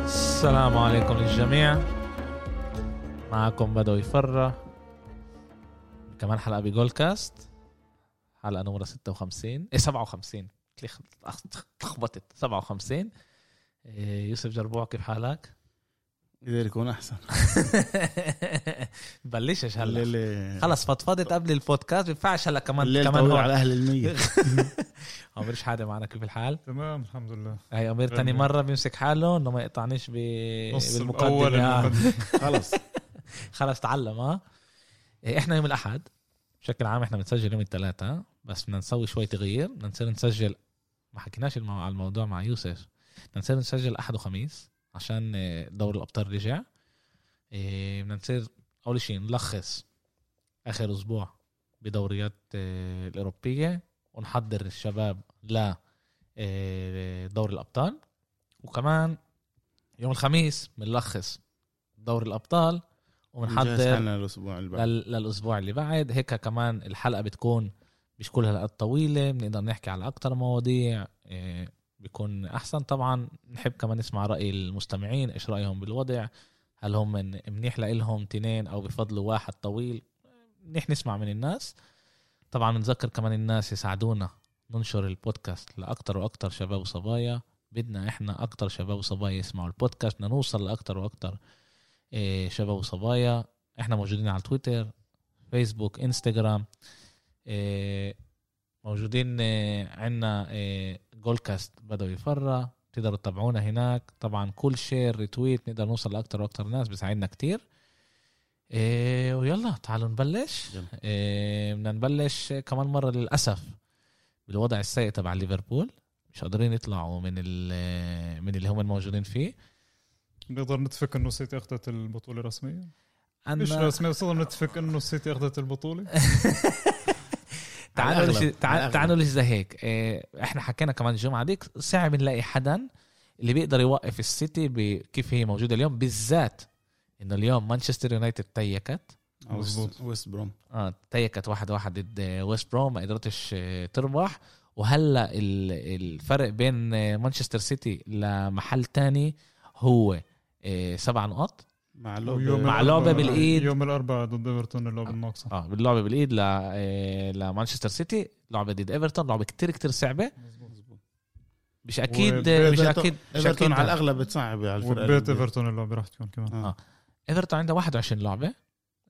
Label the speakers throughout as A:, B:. A: السلام عليكم للجميع معكم بدو يفرى كمان حلقة بجول كاست حلقة نمرة 56 ايه 57 تلخ- تلخبطت 57 إيه، يوسف جربوع كيف حالك؟
B: قدر يكون احسن
A: بلشش هلا
B: الليله
A: خلص فضفضت قبل البودكاست ما بينفعش هلا كمان
B: الليل
A: كمان
B: طويل
A: هو
B: على اهل المية
A: عمر شحاده معنا كيف الحال؟
C: تمام الحمد لله
A: هاي عمر تاني
C: تمام.
A: مرة بيمسك حاله انه ما يقطعنيش ب...
C: نص الاول
A: بالمقدمة
C: المقدمة.
B: خلص
A: خلص تعلم ها إيه، احنا يوم الاحد بشكل عام احنا بنسجل يوم الثلاثاء بس بدنا نسوي شوي تغيير بدنا نصير نسجل ما حكيناش المو... على الموضوع مع يوسف بدنا نصير نسجل احد وخميس عشان إيه، دوري الابطال رجع إيه، بدنا نصير اول شيء نلخص اخر اسبوع بدوريات إيه، الاوروبيه ونحضر الشباب ل إيه، دوري الابطال وكمان يوم الخميس بنلخص دوري الابطال
B: نجهز
A: وبنحضر
B: حالنا الاسبوع اللي بعد
A: لل- للاسبوع اللي بعد هيك كمان الحلقه بتكون مش كلها حلقات طويله بنقدر نحكي على اكتر مواضيع إيه، بيكون احسن طبعا نحب كمان نسمع راي المستمعين ايش رايهم بالوضع هل هم من- منيح لهم تنين او بفضلوا واحد طويل منيح نسمع من الناس طبعا بنذكر كمان الناس يساعدونا ننشر البودكاست لاكتر واكتر شباب وصبايا بدنا احنا اكتر شباب وصبايا يسمعوا البودكاست بدنا نوصل لاكتر واكتر إيه، شباب وصبايا احنا موجودين على تويتر فيسبوك انستغرام إيه، موجودين إيه، عنا إيه، جول كاست بدأوا يفرى تقدروا تتابعونا هناك طبعا كل شير ريتويت نقدر نوصل لاكتر واكتر ناس بيساعدنا كتير إيه، ويلا تعالوا نبلش
B: يلا.
A: إيه، بدنا نبلش كمان مره للاسف بالوضع السيء تبع ليفربول مش قادرين يطلعوا من ال- آه، من اللي هم الموجودين فيه
C: نقدر نتفق انه السيتي اخذت البطوله رسميا مش
A: أنا
C: رسميا بس نقدر نتفق انه السيتي اخذت البطوله
A: تعالوا
B: على الأغلب،
A: لش...
B: على
A: تعال...
B: الأغلب.
A: تعالوا ليش زي هيك إيه، احنا حكينا كمان الجمعه ديك صعب نلاقي حدا اللي بيقدر يوقف السيتي بكيف هي موجوده اليوم بالذات انه اليوم مانشستر يونايتد تيكت
C: مظبوط.
B: ويست بروم
A: اه تيكت واحد واحد ضد ويست بروم ما قدرتش آه، تربح وهلا ال- الفرق بين آه، مانشستر سيتي لمحل تاني هو آه، سبع نقاط
B: مع
C: ويوم
B: اللعبه
A: مع
C: الأربعاء-
A: لعبة بالإيد.
C: يوم الاربعاء ضد ايفرتون اللعبه الناقصه
A: اه باللعبه بالايد ل- آه، لمانشستر سيتي لعبه ضد ايفرتون لعبه كتير كتير صعبه مش اكيد مش اكيد
B: وإيفرتون-
A: مش أكيد-
B: ايفرتون على الاغلب بتصعب على الفرقه
C: وبيت
B: اللي-
C: ايفرتون اللعبه راح تكون كمان
B: آه.
A: ايفرتون عندها 21 لعبه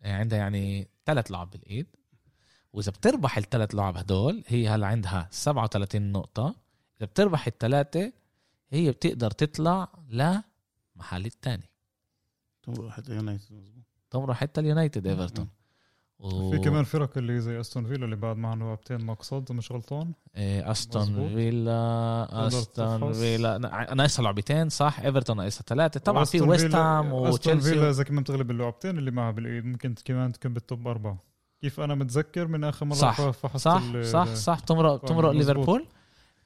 A: آه، عندها يعني ثلاث لعب بالايد واذا بتربح الثلاث لعب هدول هي هلا عندها 37 نقطه اذا بتربح الثلاثه هي بتقدر تطلع لمحل الثاني
B: تو حتى يونايتد مظبوط
A: تمر حتى اليونايتد ايفرتون
C: في كمان فرق اللي زي استون فيلا اللي بعد معها لعبتين ناقصه إذا مش غلطان
A: إيه، استون
C: مظبوط.
A: فيلا
C: تقدر
A: استون
C: تفحص.
A: فيلا نا- ناقصها لعبتين صح ايفرتون ناقصها ثلاثه طبعا في
C: وأستون
A: ويست
C: فيلا-
A: هام
C: استون فيلا
A: وتشيلسي
C: اذا كمان بتغلب اللعبتين اللي معها بالايد ممكن كمان تكون بالتوب اربعه كيف انا متذكر من اخر مره
A: صح،
C: فحصت
A: صح
C: ال-
A: صح صح بتمرق بتمرق
C: مظبوط.
A: ليفربول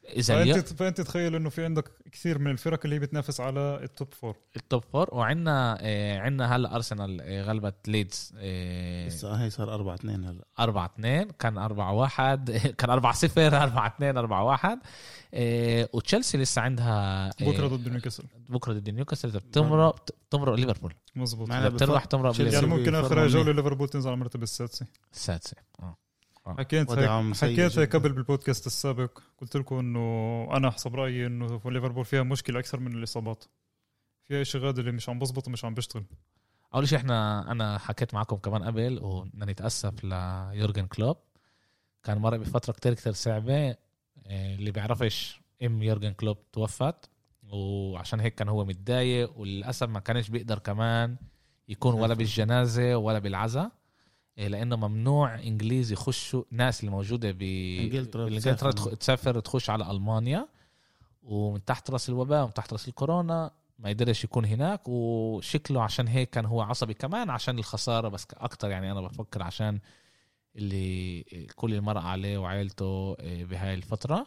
A: اذا اليو-
C: فانت فانت تخيل انه في عندك كثير من الفرق اللي هي بتنافس على التوب فور
A: التوب فور وعندنا آه عندنا هلا ارسنال آه غلبت ليدز آه
B: هسه هي صار 4 2 هلا
A: 4 2 كان 4 1 كان 4 0 4 2 4 1 آه وتشيلسي لسه عندها آه
C: بكره ضد نيوكاسل
A: بكره ضد نيوكاسل إذا بتمرق بتمرق ليفربول
C: مزبوط
B: معنا
A: إذا بتربح تمرق
B: تشيلسي
C: يعني
A: ليفربول
C: ممكن
B: بيفرموا
C: اخر جوله
B: منيح.
C: ليفربول تنزل على المرتبه السادسه
A: السادسه آه.
C: حكيت
B: وضعهم
C: هيك
B: سيء
C: حكيت هيك
B: جداً.
C: قبل بالبودكاست السابق قلت لكم انه انا حسب رايي انه ليفربول فيها مشكله اكثر من الاصابات فيها شيء غادي اللي مش عم بزبط ومش عم بيشتغل
A: اول شيء احنا انا حكيت معكم كمان قبل وبدنا نتاسف ليورجن كلوب كان مرق بفتره كتير كتير صعبه إيه، اللي بيعرفش ام يورجن كلوب توفت وعشان هيك كان هو متضايق وللاسف ما كانش بيقدر كمان يكون ولا بالجنازه ولا بالعزاء إيه، لانه ممنوع انجليز يخشوا ناس اللي موجوده ب
B: إنجلترا
A: انجلترا
B: تسافر.
A: تسافر تخش على المانيا ومن تحت راس الوباء ومن تحت راس الكورونا ما قدرش يكون هناك وشكله عشان هيك كان هو عصبي كمان عشان الخساره بس اكتر يعني انا بفكر عشان اللي كل اللي مر عليه وعائلته إيه، بهاي الفتره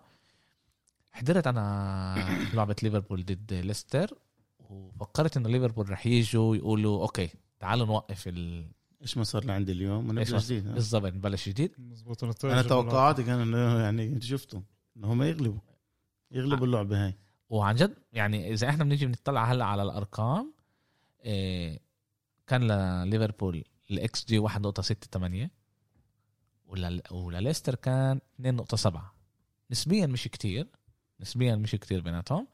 A: حضرت انا لعبه ليفربول ضد ليستر وفكرت انه ليفربول رح يجوا يقولوا اوكي تعالوا نوقف ال...
B: ايش ما صار لعندي اليوم
A: إيش
B: ونبدا
A: ما-
B: جديد آه.
A: بالضبط نبلش جديد
C: مزبوط أنا
B: انا
C: التأجل
B: توقعاتي كان انه يعني انت شفتهم انهم يغلبوا يغلبوا اللعبه هاي
A: وعن جد يعني اذا احنا بنيجي بنطلع هلا على الارقام إيه، كان لليفربول الاكس جي 1.68 ولل- ولليستر كان 2.7 نسبيا مش كتير نسبيا مش كتير بيناتهم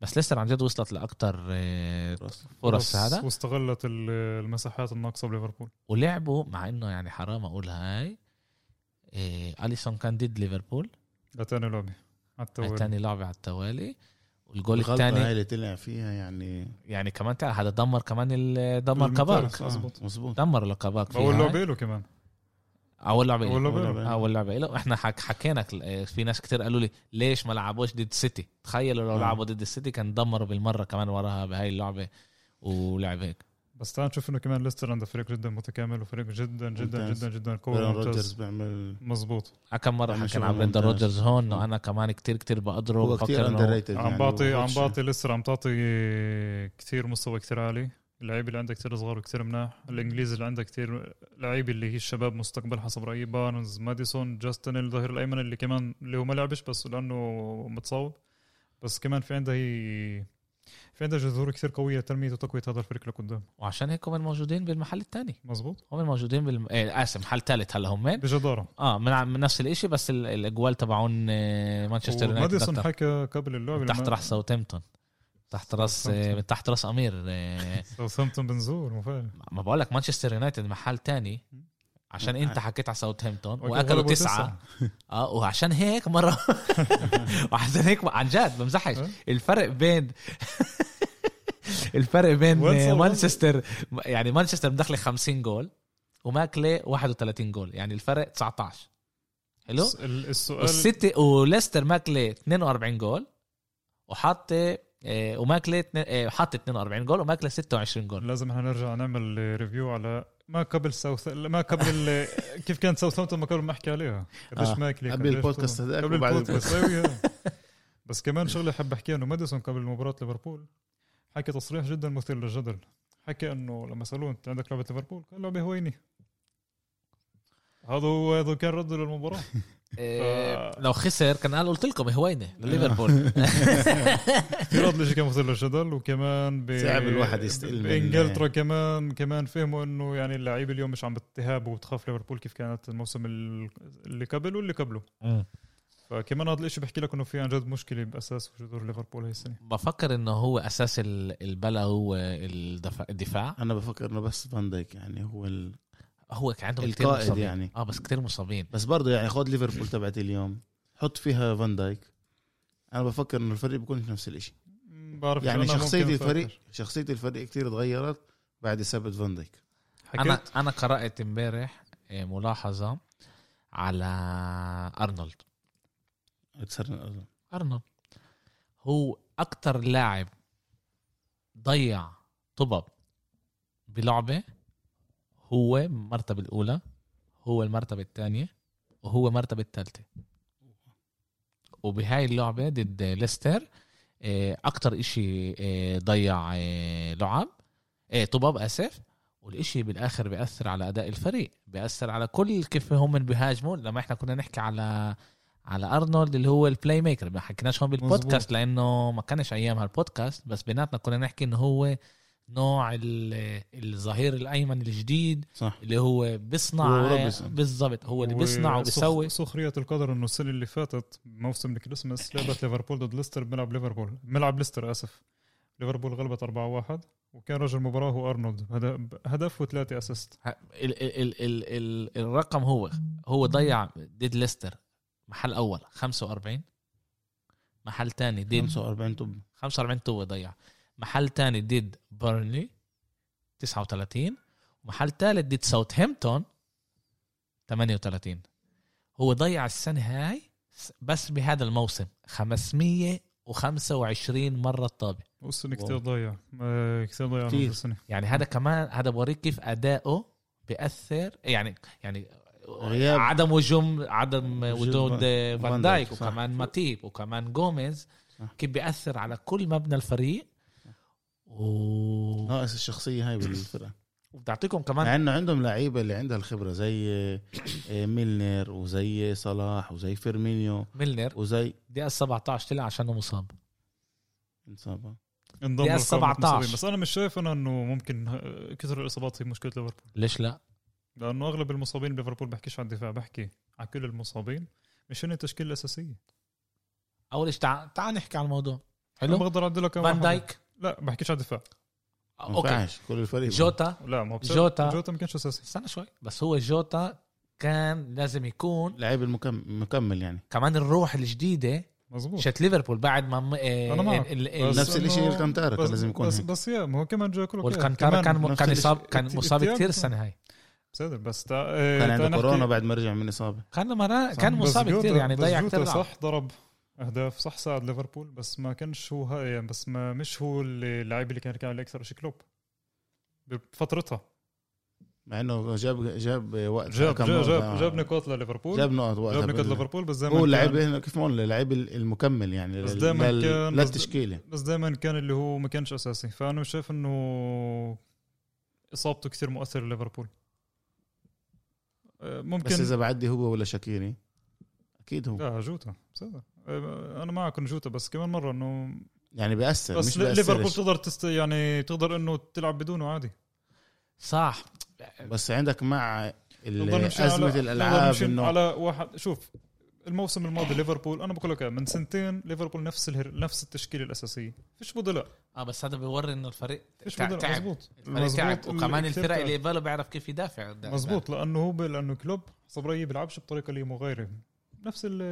A: بس ليستر عن جد وصلت لاكثر فرص هذا
C: واستغلت ال- المساحات الناقصه بليفربول
A: ولعبوا مع انه يعني حرام اقول هاي إيه اليسون كان ضد ليفربول
C: لتاني لعبه حتى
A: هاي
C: هو
A: تاني لعبه على التوالي والجول
B: الغلطه هاي
A: الثاني
B: اللي طلع فيها يعني
A: يعني كمان تعال هذا دمر كمان ال- دمر كباك
C: المنتخب. مزبوط.
B: آه، مزبوط
A: دمر له كباك فيها. إيه؟
C: اول لعبه له كمان
A: اول لعبه
C: اول
A: إله.
C: لعبه له.
B: لعبة. يعني.
A: اول لعبه له احنا إيه؟ حك حكينا كل- في ناس كتير قالوا لي ليش ما لعبوش ضد سيتي تخيلوا لو
B: آه.
A: لعبوا ضد السيتي كان دمروا بالمره كمان وراها بهاي اللعبه ولعب هيك
C: بس تعال نشوف انه كمان ليستر عنده فريق جدا متكامل وفريق جدا جدا
B: ممتاز.
C: جدا جدا قوي
B: بيرن روجرز
C: ممتاز
B: بيعمل
C: مزبوط
A: على كم مره
B: عم
A: حكينا
B: شغل
A: عن بريندن
B: ممتاز.
A: روجرز هون انه انا كمان كتير كتير بقدره
B: هو
A: وبفكر
B: كثير
A: إنه-
B: اندر ريتد
C: يعني، عم بعطي عم بعطي ليستر عم تعطي كثير مستوى كثير عالي اللعيبه اللي عندها كثير صغار وكثير مناح الانجليزي اللي عندها كثير لعيبه اللي هي الشباب مستقبل حسب رايي بارنز ماديسون جاستن الظهير الايمن اللي كمان اللي هو ما لعبش بس لانه متصاب بس كمان في عندها هي في عندها جذور كثير قويه لتنميه وتقويه هذا الفريق لقدام
A: وعشان هيك هم موجودين بالمحل الثاني
C: مزبوط
A: هم موجودين بالم... إيه اسف محل ثالث هلا هم
C: بجداره
A: اه من, من نفس الاشي بس ال- الاجوال تبعون آه، مانشستر يونايتد
C: ماديسون
A: أكتر.
C: حكى قبل اللعبه
A: تحت
C: لما-
A: راس ساوثهامبتون تحت راس آه،
C: ساوثهامبتون.
A: تحت راس امير آه،
C: ساوثهامبتون بنزور مفاجاه
A: ما بقول لك مانشستر يونايتد محل تاني عشان انت حكيت على ساوثهامبتون واكلوا
C: غلبوا
A: تسعه اه وعشان هيك مره وعشان هيك عن جد بمزحش
C: أه.
A: الفرق بين الفرق بين
C: وين صار؟
A: مانشستر يعني مانشستر مدخله 50 جول وماكله 31 جول يعني الفرق 19 حلو
C: الس- ال- السؤال
A: والسيتي وليستر ماكله 42 جول وحاطه آه، وماكله اتنين- آه، حاطه 42 جول وماكله 26 جول
C: لازم احنا نرجع نعمل ريفيو على ما قبل ساوث ما قبل ال- كيف كانت ساوثهامبتون ما قبل ما احكي عليها قديش
B: آه،
C: ماكله
B: قبل
C: قديش
B: البودكاست
C: طول-
B: هداك
C: قبل
B: وبعد
C: البودكاست أيوة. بس كمان شغله حاب احكيها انه ماديسون قبل مباراه ليفربول حكى تصريح جدا مثير للجدل حكى انه لما سالوه انت عندك لعبه ليفربول قال لعبه هويني هذا هو هذا كان رده للمباراه
A: إيه،
C: ف-
A: لو خسر كان انا قلت لكم هوينه لليفربول
C: في رد لشي كان مثير للجدل وكمان ب
B: صعب الواحد يستقل من-
C: بانجلترا كمان كمان فهموا انه يعني اللعيبه اليوم مش عم بتهاب وبتخاف ليفربول كيف كانت الموسم ال- اللي قبل واللي قبله فكمان هذا الشيء بحكي لك انه في عن جد مشكله باساس جذور ليفربول هاي السنه
A: بفكر انه هو اساس ال- البلا هو الدفاع, الدفاع
B: انا بفكر انه بس فان دايك يعني هو ال...
A: هو كان عندهم كتير
B: القائد
A: مصابين
B: يعني.
A: اه بس كتير مصابين
B: بس برضه يعني خد ليفربول تبعت اليوم حط فيها فان دايك انا بفكر انه الفريق بيكون في نفس الشيء
C: بعرف
B: يعني
C: إنه أنا
B: شخصيه
C: ممكن
B: الفريق
C: أفكر.
B: شخصيه الفريق كتير تغيرت بعد اصابه فان دايك
A: انا
C: حكيت
A: انا قرات امبارح إيه، ملاحظه على ارنولد
B: اكثر
A: ارنولد هو اكتر لاعب ضيع طبب بلعبه هو المرتبه الاولى هو المرتبه الثانيه وهو المرتبه الثالثه وبهاي اللعبه ضد ليستر آه، اكتر اشي آه، ضيع آه، لعب آه، طباب اسف والاشي بالاخر بياثر على اداء الفريق بياثر على كل كيف هم بيهاجموا لما احنا كنا نحكي على على ارنولد اللي هو البلاي ميكر ما حكيناش هون بالبودكاست
C: مظبوط.
A: لانه ما كانش ايامها البودكاست بس بيناتنا كنا نحكي انه هو نوع ال- آه، الظهير الايمن الجديد
B: صح
A: اللي هو بيصنع
B: هو روبنسون.
A: بالضبط هو اللي بيصنع وبيسوي
C: وسخ- سخريه القدر انه السنه اللي فاتت موسم الكريسماس لعبت ليفربول ضد ليستر بملعب ليفربول ملعب ليستر اسف ليفربول غلبت 4-1 وكان رجل المباراه هو ارنولد هد- هدف وثلاثه اسيست
A: ه- ال ال ال ال ال الرقم هو هو ضيع ضد ليستر محل اول 45 محل ثاني ضد
B: 45 طب
A: 45 تو ضيع محل ثاني ضد بيرنلي 39 ومحل ثالث ضد ساوثهامبتون 38 هو ضيع السنه هاي س- بس بهذا الموسم 525 مره الطابه
C: والسنة
B: واو.
C: كثير ضايع آه، كثير ضايع
B: كتير.
C: كثير السنة
A: يعني هذا كمان هذا بوريك كيف اداؤه بياثر يعني يعني
B: غياب.
A: عدم وجوم عدم
B: وجود
A: وجود
B: فان-
A: فان
B: فان
A: دايك
B: دايك، صح.
A: وكمان ماتيب وكمان جوميز
B: صح.
A: كيف بياثر على كل مبنى الفريق و
B: ناقص الشخصيه هاي بالفرقه
A: وبتعطيكم كمان
B: مع انه عندهم لعيبه اللي عندها الخبره زي آه، ميلنر وزي صلاح وزي فيرمينيو
A: ميلنر
B: وزي
A: دقيقه 17 طلع عشانه مصاب
B: انصابه
C: انضم
A: بس
C: لقائمة
A: 17.
C: المصابين. بس انا مش شايف انا انه ممكن آه، كثر الاصابات هي مشكله ليفربول
A: ليش لا
C: لانه اغلب المصابين بليفربول بحكيش على الدفاع بحكي على كل المصابين مش هن التشكيله الاساسيه
A: اول شيء تعال تعال نحكي عن الموضوع
C: انا
A: حلو
C: بقدر اعدل لك كم
A: فان
C: واحد.
A: دايك
C: لا بحكيش على الدفاع
B: ما
A: اوكي
B: ينفعش، كل الفريق
A: جوتا
C: لا ما هو بس-
A: جوتا.
C: جوتا ما كانش اساسي
A: استنى شوي بس هو جوتا كان لازم يكون
B: لعيب المكم- مكمل يعني
A: كمان الروح الجديده
C: مظبوط
A: شت ليفربول بعد ما م... آه،
C: أنا معك.
A: ال...
C: بس
A: ال...
B: نفس
C: إنه-
B: الشيء الكانتارا كان
C: بس-
B: لازم يكون
C: بس
B: هيك.
C: بس يا ما هو كمان جو كلوب
A: والكانتارا كان
B: نفس
A: كان
B: الشيء.
A: اصاب كان
C: الت-
A: مصاب
C: التياب
A: كثير
C: كان-
A: السنه هاي
C: صدر بس تع... آه،
B: كان عنده كورونا بعد ما رجع من اصابه
A: كان مرة
B: صح.
A: كان مصاب كثير يعني ضيع
C: كثير
A: كثير
C: صح ضرب اهداف صح ساعد ليفربول بس ما كانش هو ها- يعني بس ما مش هو اللي- اللاعب اللي كان كان عليه اكثر شيء كلوب بفترتها
B: مع انه جاب جاب وقت
C: جاب
B: كم
C: جاب
B: نقطة.
C: جاب, جاب نقاط لليفربول
B: جاب
C: جاب,
B: نقط وقت
C: جاب نقاط ليفربول بس دائما
B: هو اللعيب هنا كيف ما قلنا اللعيب المكمل يعني
C: بس
B: لل-
C: دايماً
B: لل-
C: كان- بس-
B: للتشكيله
C: بس دائما كان اللي هو ما كانش اساسي فانا مش شايف انه اصابته كثير مؤثر لليفربول آه، ممكن
B: بس اذا بعدي هو ولا شاكيري اكيد هو
C: لا جوتا صدق. آه، انا معك انه جوتا بس كمان مره انه
B: يعني بياثر
C: بس
B: مش
C: ليفربول
B: بياثر
C: تقدر تست يعني تقدر انه تلعب بدونه عادي
A: صح
B: بس عندك مع ال-
C: نقدر نمشي على-
B: ازمه
C: نقدر
B: الالعاب
C: نمشي
B: انه
C: على واحد شوف الموسم الماضي ليفربول انا بقول لك إياها، من سنتين ليفربول نفس الهر... نفس التشكيله الاساسيه فيش بدلاء
A: اه بس هذا بيوري انه الفريق
C: فيش
A: تع-
C: بدلاء
A: تعب.
C: مزبوط
A: الفريق تعب
C: مزبوط.
A: وكمان
C: كتير
A: الفرق
C: تعب.
A: اللي يبالوا بيعرف كيف يدافع ده-
C: مزبوط لانه هو ب- لانه كلوب حسب رايي بيلعبش بطريقه اللي مغايره نفس ال-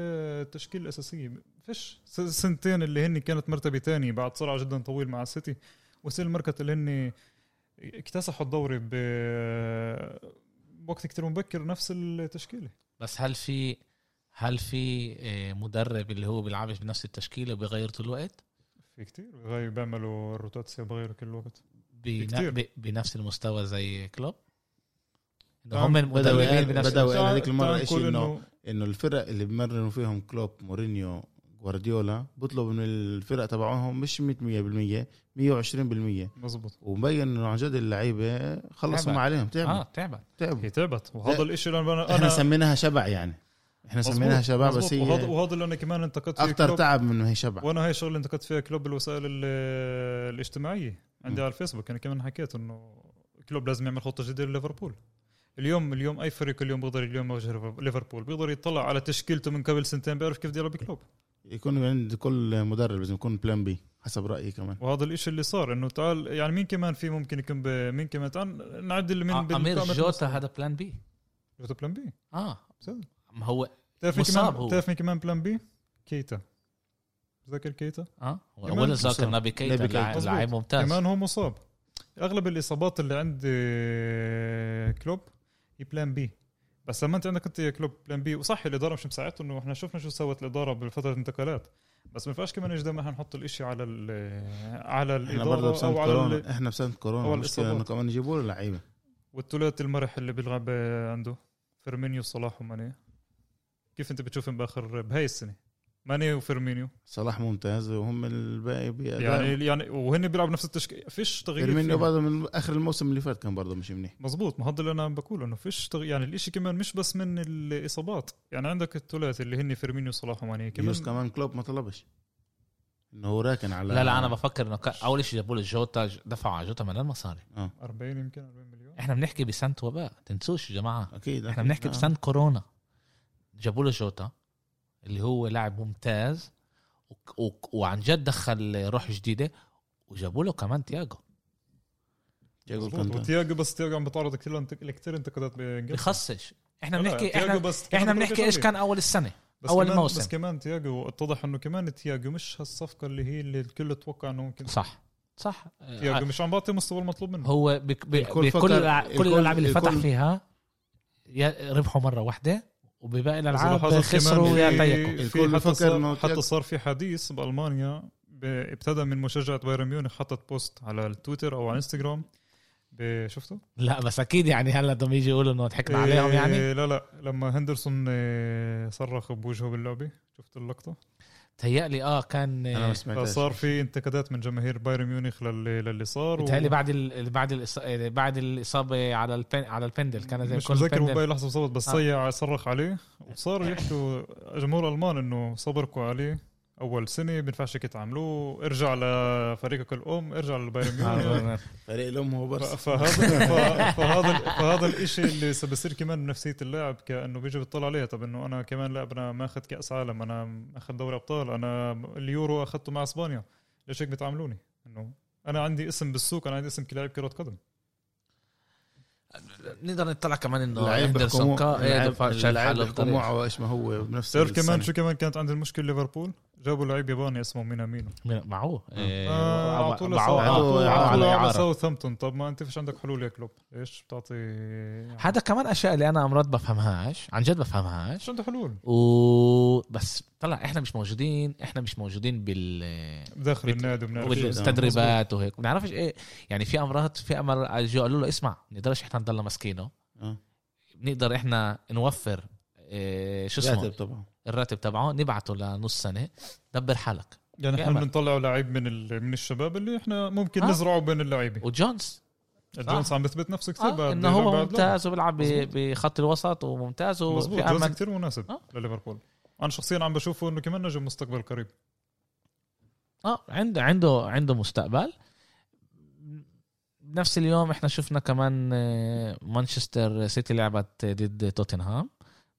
C: التشكيله الاساسيه فيش س- سنتين اللي هن كانت مرتبه تاني بعد صراع جدا طويل مع السيتي وسيل المركز اللي هن اكتسحوا الدوري ب وقت كتير مبكر نفس التشكيله
A: بس هل في هل في آه، مدرب اللي هو بيلعبش بنفس التشكيله وبيغير طول الوقت
C: في كتير بغيروا- بيعملوا الروتاتسيا بغيروا كل الوقت
A: بن...
C: كتير.
A: ب... بنفس المستوى زي كلوب إنه
C: طبعاً.
A: هم
B: بدأوا-
A: المدربين بنفس
B: بدأوا-
A: بدأوا
B: أنا هذيك المرة
C: تعال
B: إشي
C: نقول
B: إنه- انه الفرق اللي بمرنوا فيهم كلوب مورينيو غوارديولا بطلبوا من الفرق تبعهم مش 100% 120%
C: مزبوط
B: ومبين انه عن جد اللعيبه خلصوا
A: تعبت.
B: ما عليهم
A: اه
B: تعبوا
A: تعبت
B: تعبوا
C: هي تعبت وهذا
B: لا،
C: الشيء اللي انا
B: احنا
C: انا
B: سميناها شبع يعني احنا
C: مزبوط،
B: سميناها شبع
C: مزبوط.
B: بس
C: وهذا
B: هي
C: وهذا اللي انا كمان انتقدت فيه
B: اكثر
C: كلوب.
B: تعب من ما هي شبع
C: وانا هاي الشغله اللي انتقدت فيها كلوب بالوسائل ال- الاجتماعيه عندي
B: م.
C: على الفيسبوك انا كمان حكيت انه كلوب لازم يعمل خطه جديده لليفربول اليوم اليوم اي فريق اليوم بيقدر اليوم يواجه ليفربول بيقدر يطلع على تشكيلته من قبل سنتين بيعرف كيف بده يلعب كلوب
B: يكون عند كل مدرب لازم يكون بلان بي حسب رايي كمان
C: وهذا الاشي اللي صار انه تعال يعني مين كمان في ممكن يكون ب- مين كمان تعال نعدل من
A: آه، امير
C: بالمقامات
A: جوتا
C: المستوى.
A: هذا بلان بي
C: جوتا بلان بي
A: اه
C: صدق.
A: ما هو
C: تعرف مين
A: مصاب
C: كمان
A: هو.
C: تعرف مين كمان بلان بي كيتا ذاكر كيتا
A: اه هو
C: كمان
A: ولا
C: مصاب.
A: ذاكر نبي كيتا
B: نابي كيتا.
A: لع-
C: مزبوط.
A: لعيب ممتاز
C: كمان هو مصاب اغلب الاصابات اللي عند آه، كلوب هي بلان بي بس لما انت عندك انت يا كلوب بلان بي وصح الاداره مش مساعدته انه احنا شفنا شو سوت الاداره بفتره الانتقالات بس ما ينفعش كمان يجي دائما نحط الاشي على ال- آه، على
B: احنا برضه
C: الاداره
B: بسنه
C: او على ال-
B: كورونا احنا بسنه
C: أو
B: كورونا المشكله
C: الإصابات.
B: انه كمان يجيبوا له لعيبه
C: والثلاثي المرح اللي بيلعب آه، عنده فيرمينيو صلاح وماني كيف انت بتشوفهم باخر بهاي السنه ماني وفيرمينيو
B: صلاح ممتاز وهم الباقي بي-
C: يعني يعني وهن بيلعبوا نفس التشكيل فيش تغيير
B: فيرمينيو
C: فيهم.
B: برضه من اخر الموسم اللي فات كان برضه مش منيح
C: مزبوط ما هذا اللي انا بقول انه فيش تغ... يعني الاشي كمان مش بس من الاصابات يعني عندك الثلاثي اللي هن فيرمينيو وصلاح وماني كمان
B: يوز كمان كلوب ما طلبش انه هو راكن على
A: لا لا انا بفكر انه ك- اول شيء جابوا له جوتا ج- دفعوا على جوتا مليان مصاري
C: 40 يمكن 40 مليون
A: احنا بنحكي بسنه وباء تنسوش يا جماعه
B: اكيد
A: احنا بنحكي بسنه كورونا جابوا له جوتا اللي هو لاعب ممتاز و- و- وعن جد دخل روح جديده وجابوا له كمان تياجو
B: جاكو
C: مزبوط
B: كانتا
C: وتياجو بس تياجو عم بتعرض كثير لانت- لكثير انتقادات بانجلترا
A: بخصش احنا
C: لا،
A: بنحكي
C: تياجو
A: احنا
C: آه، بس كمان
A: احنا
C: بطولة
A: بنحكي ايش
C: شعبية.
A: كان اول السنه
C: بس
A: أول
C: كمان
A: موسم.
C: بس كمان تياجو اتضح انه كمان تياجو مش هالصفقه اللي هي اللي الكل توقع انه ممكن
A: صح صح آه،
C: تياجو مش عم بعطي المستوى المطلوب منه
A: هو بك بك
B: الكل
A: بكل
B: فكر-
A: الع- كل
B: الكل-
A: الالعاب اللي فتح
B: الكل-
A: فيها يا ربحوا مره واحده وبباقي
C: إذا
A: الالعاب
C: لاحظت
A: خسروا
C: كمان إيه.
A: يا
C: في-
A: ضيقوا
B: الكل
C: في حتى
B: بفكر إنه
C: صار
B: تياجو-
C: حتى صار في حديث بالمانيا ب- ابتدى من مشجعه بايرن ميونخ حطت بوست على التويتر او على الانستغرام ب- شفته؟
A: لا بس اكيد يعني هلا بدهم يجي يقولوا انه ضحكنا عليهم يعني
C: إيه، لا لا لما هندرسون إيه، صرخ بوجهه باللعبه شفت اللقطه
A: تهيألي اه كان
B: انا ما سمعتهاش
C: فصار في انتقادات من جماهير بايرن ميونخ للي, للي صار
A: بتهيألي بعد ال... بعد الإص... بعد الاصابه على البن... على البندل كان زي
C: مش
A: كل
C: متذكر هو
A: البندل
C: باي لحظه بالضبط بس
A: آه.
C: صيع صرخ عليه وصاروا يحكوا جمهور المان انه صبركوا عليه اول سنه بينفعش هيك تعاملوه ارجع لفريقك الام ارجع للبايرن ميونخ
A: آه،
B: فريق الام هو
C: ف-
B: برس
C: فهذا ف- فهذا فهذا الشيء اللي بصير كمان بنفسيه اللاعب كانه بيجي بيطلع عليه طب انه انا كمان لاعب انا ما اخذت كاس عالم انا اخذت دوري ابطال انا اليورو اخذته مع اسبانيا ليش هيك بتعاملوني؟ انه انا عندي اسم بالسوق انا عندي اسم كلاعب كره قدم
A: نقدر نطلع كمان انه
B: اللاعب
A: اندرسون
B: بيحكموا-
A: كا إيه،
B: اللاعب-
A: شايف
B: اللاعب
A: حاله
B: بيحكموا
A: بطريقة.
B: معه ايش ما هو بنفس
C: بتعرف كمان
B: السنة.
C: شو كمان كانت عند المشكله ليفربول جابوا لعيب ياباني اسمه مينامينو
A: مين- معه إيه،
C: آه،
A: وقعوا-
C: على طول
A: وقعوا-
B: على طول-
A: وقعوا
B: على
A: على
B: طول
C: على
A: إعارة.
C: ساوثهامبتون طب ما انت فيش عندك حلول يا كلوب ليش بتعطي
A: هذا كمان اشياء اللي انا امرات بفهمهاش عن جد بفهمهاش
C: فيش عنده حلول
A: و بس طلع احنا مش موجودين احنا مش موجودين بال
C: داخل
A: بت-
C: النادي وبنعرف شو-
A: بالتدريبات وهيك ما بنعرفش ايه يعني في امرات في امر جو قالوا له اسمع ما نقدرش احنا نضلنا ماسكينه
B: آه.
A: بنقدر احنا نوفر إيه شو
B: راتب
A: اسمه
B: طبعا
A: الراتب تبعه نبعته لنص سنه دبر حالك
C: يعني احنا
A: ياما.
C: بنطلع لعيب من ال... من الشباب اللي احنا ممكن
A: آه.
C: نزرعه بين اللعيبه
A: وجونز
C: الجونز عم بثبت نفسه كثير
A: آه انه هو ممتاز وبيلعب ب-
C: مظبوط.
A: بخط الوسط وممتاز
C: مظبوط
A: وفي
C: جونز
A: امل
C: كثير مناسب
A: آه.
C: لليفربول انا شخصيا عم بشوفه انه كمان نجم مستقبل قريب
A: اه عنده عنده عنده مستقبل بنفس اليوم احنا شفنا كمان آه، مانشستر سيتي لعبت ضد توتنهام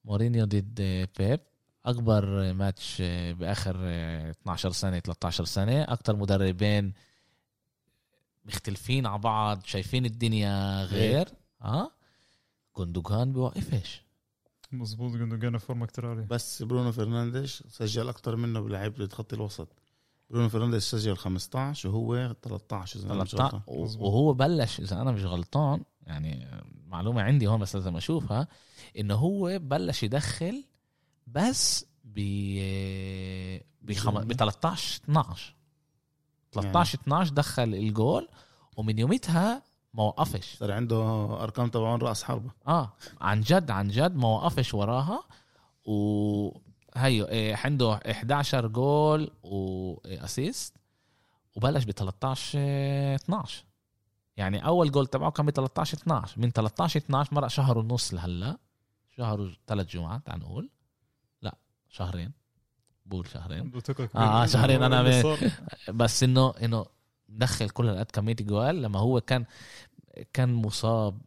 A: مورينيو ضد آه، بيب اكبر ماتش آه، باخر آه، 12 سنه 13 سنه اكتر مدربين مختلفين على بعض شايفين الدنيا غير اه جندوجان بيوقفش
C: مظبوط جندوجان فورمه كثير عاليه
B: بس برونو فرنانديز سجل اكثر منه بلعيبه خط الوسط برونو فرنانديز سجل 15 وهو 13 اذا أنا مش
A: 13
B: غلطان
C: مظبوط.
A: وهو بلش اذا انا مش غلطان يعني معلومه عندي هون بس لازم اشوفها انه هو بلش يدخل بس ب ب خم- ب 13 12
B: يعني.
A: 13 12 دخل الجول ومن يومتها ما وقفش
B: صار عنده ارقام تبعون راس حربه
A: اه عن جد عن جد ما وقفش وراها و هيو إيه، عنده 11 جول واسيست وبلش ب 13 إيه، 12 يعني اول جول تبعه كان ب 13 12 من 13 12 مرق شهر ونص لهلا شهر ثلاث جمعات تعال نقول لا شهرين بقول شهرين
C: عنده ثقه كبيرة.
A: آه، آه، شهرين أنا
C: اللي
A: ب-
C: صار-
A: بس انه انه دخل كل هالقد كميه جوال لما هو كان كان مصاب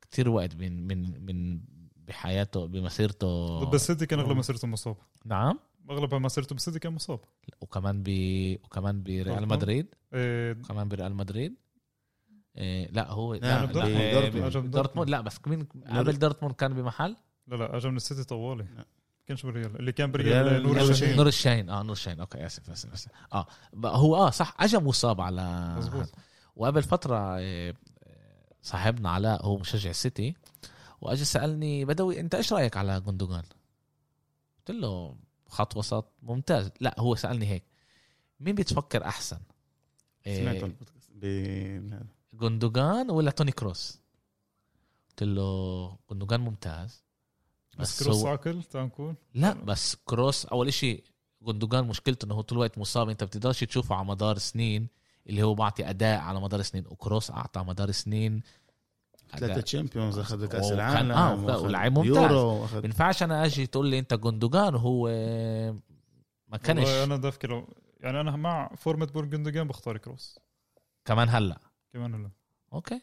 A: كتير وقت من من من بحياته بمسيرته
C: ضد السيتي كان اغلب مسيرته مصاب
A: نعم
C: اغلب مسيرته بالسيتي كان مصاب
A: وكمان ب وكمان بريال
C: دورتموند.
A: مدريد
C: إيه،
A: كمان بريال مدريد إيه لا هو
B: نعم،
A: لا،
B: دورتموند،
A: إيه،
B: دورتموند.
A: دورتموند. دورتموند لا بس مين قبل دورتموند كان بمحل
C: لا لا اجى من السيتي طوالي
B: لا.
C: ما كانش بالريال اللي كان
B: ريال-
C: بالريال نور
B: ريال
C: الشهيد
A: نور الشاهين اه نور الشاهين اوكي اسف اسف, آسف. اه ب- هو اه صح اجى مصاب على
C: مظبوط
A: وقبل فترة إيه، صاحبنا علاء هو مشجع السيتي واجى سالني بدوي انت ايش رايك على جندوجان؟ قلت له خط وسط ممتاز لا هو سالني هيك مين بتفكر احسن؟ إيه،
B: سمعت البودكاست ب-
A: جندوجان ولا توني كروس؟ قلت له جندوجان ممتاز
C: بس
A: آه، بس
C: كروس
A: هو
C: عقل تعال نكون
A: لا بس كروس اول شيء جندوجان مشكلته انه هو طول الوقت مصاب انت بتقدرش تشوفه على مدار سنين اللي هو بعطي اداء على مدار سنين وكروس اعطى على مدار سنين
B: ثلاثة
A: أداء.
B: تشامبيونز اخذ كاس
A: وكان-
B: العالم
A: آه،
B: وأخذ
A: ولاعب ممتاز.
B: يورو أخذ
A: بينفعش انا اجي تقول لي انت جندوجان وهو ما كانش
C: والله انا دافك لو يعني انا مع فورمه بورج جندوجان بختار كروس
A: كمان هلا
C: كمان هلا
A: اوكي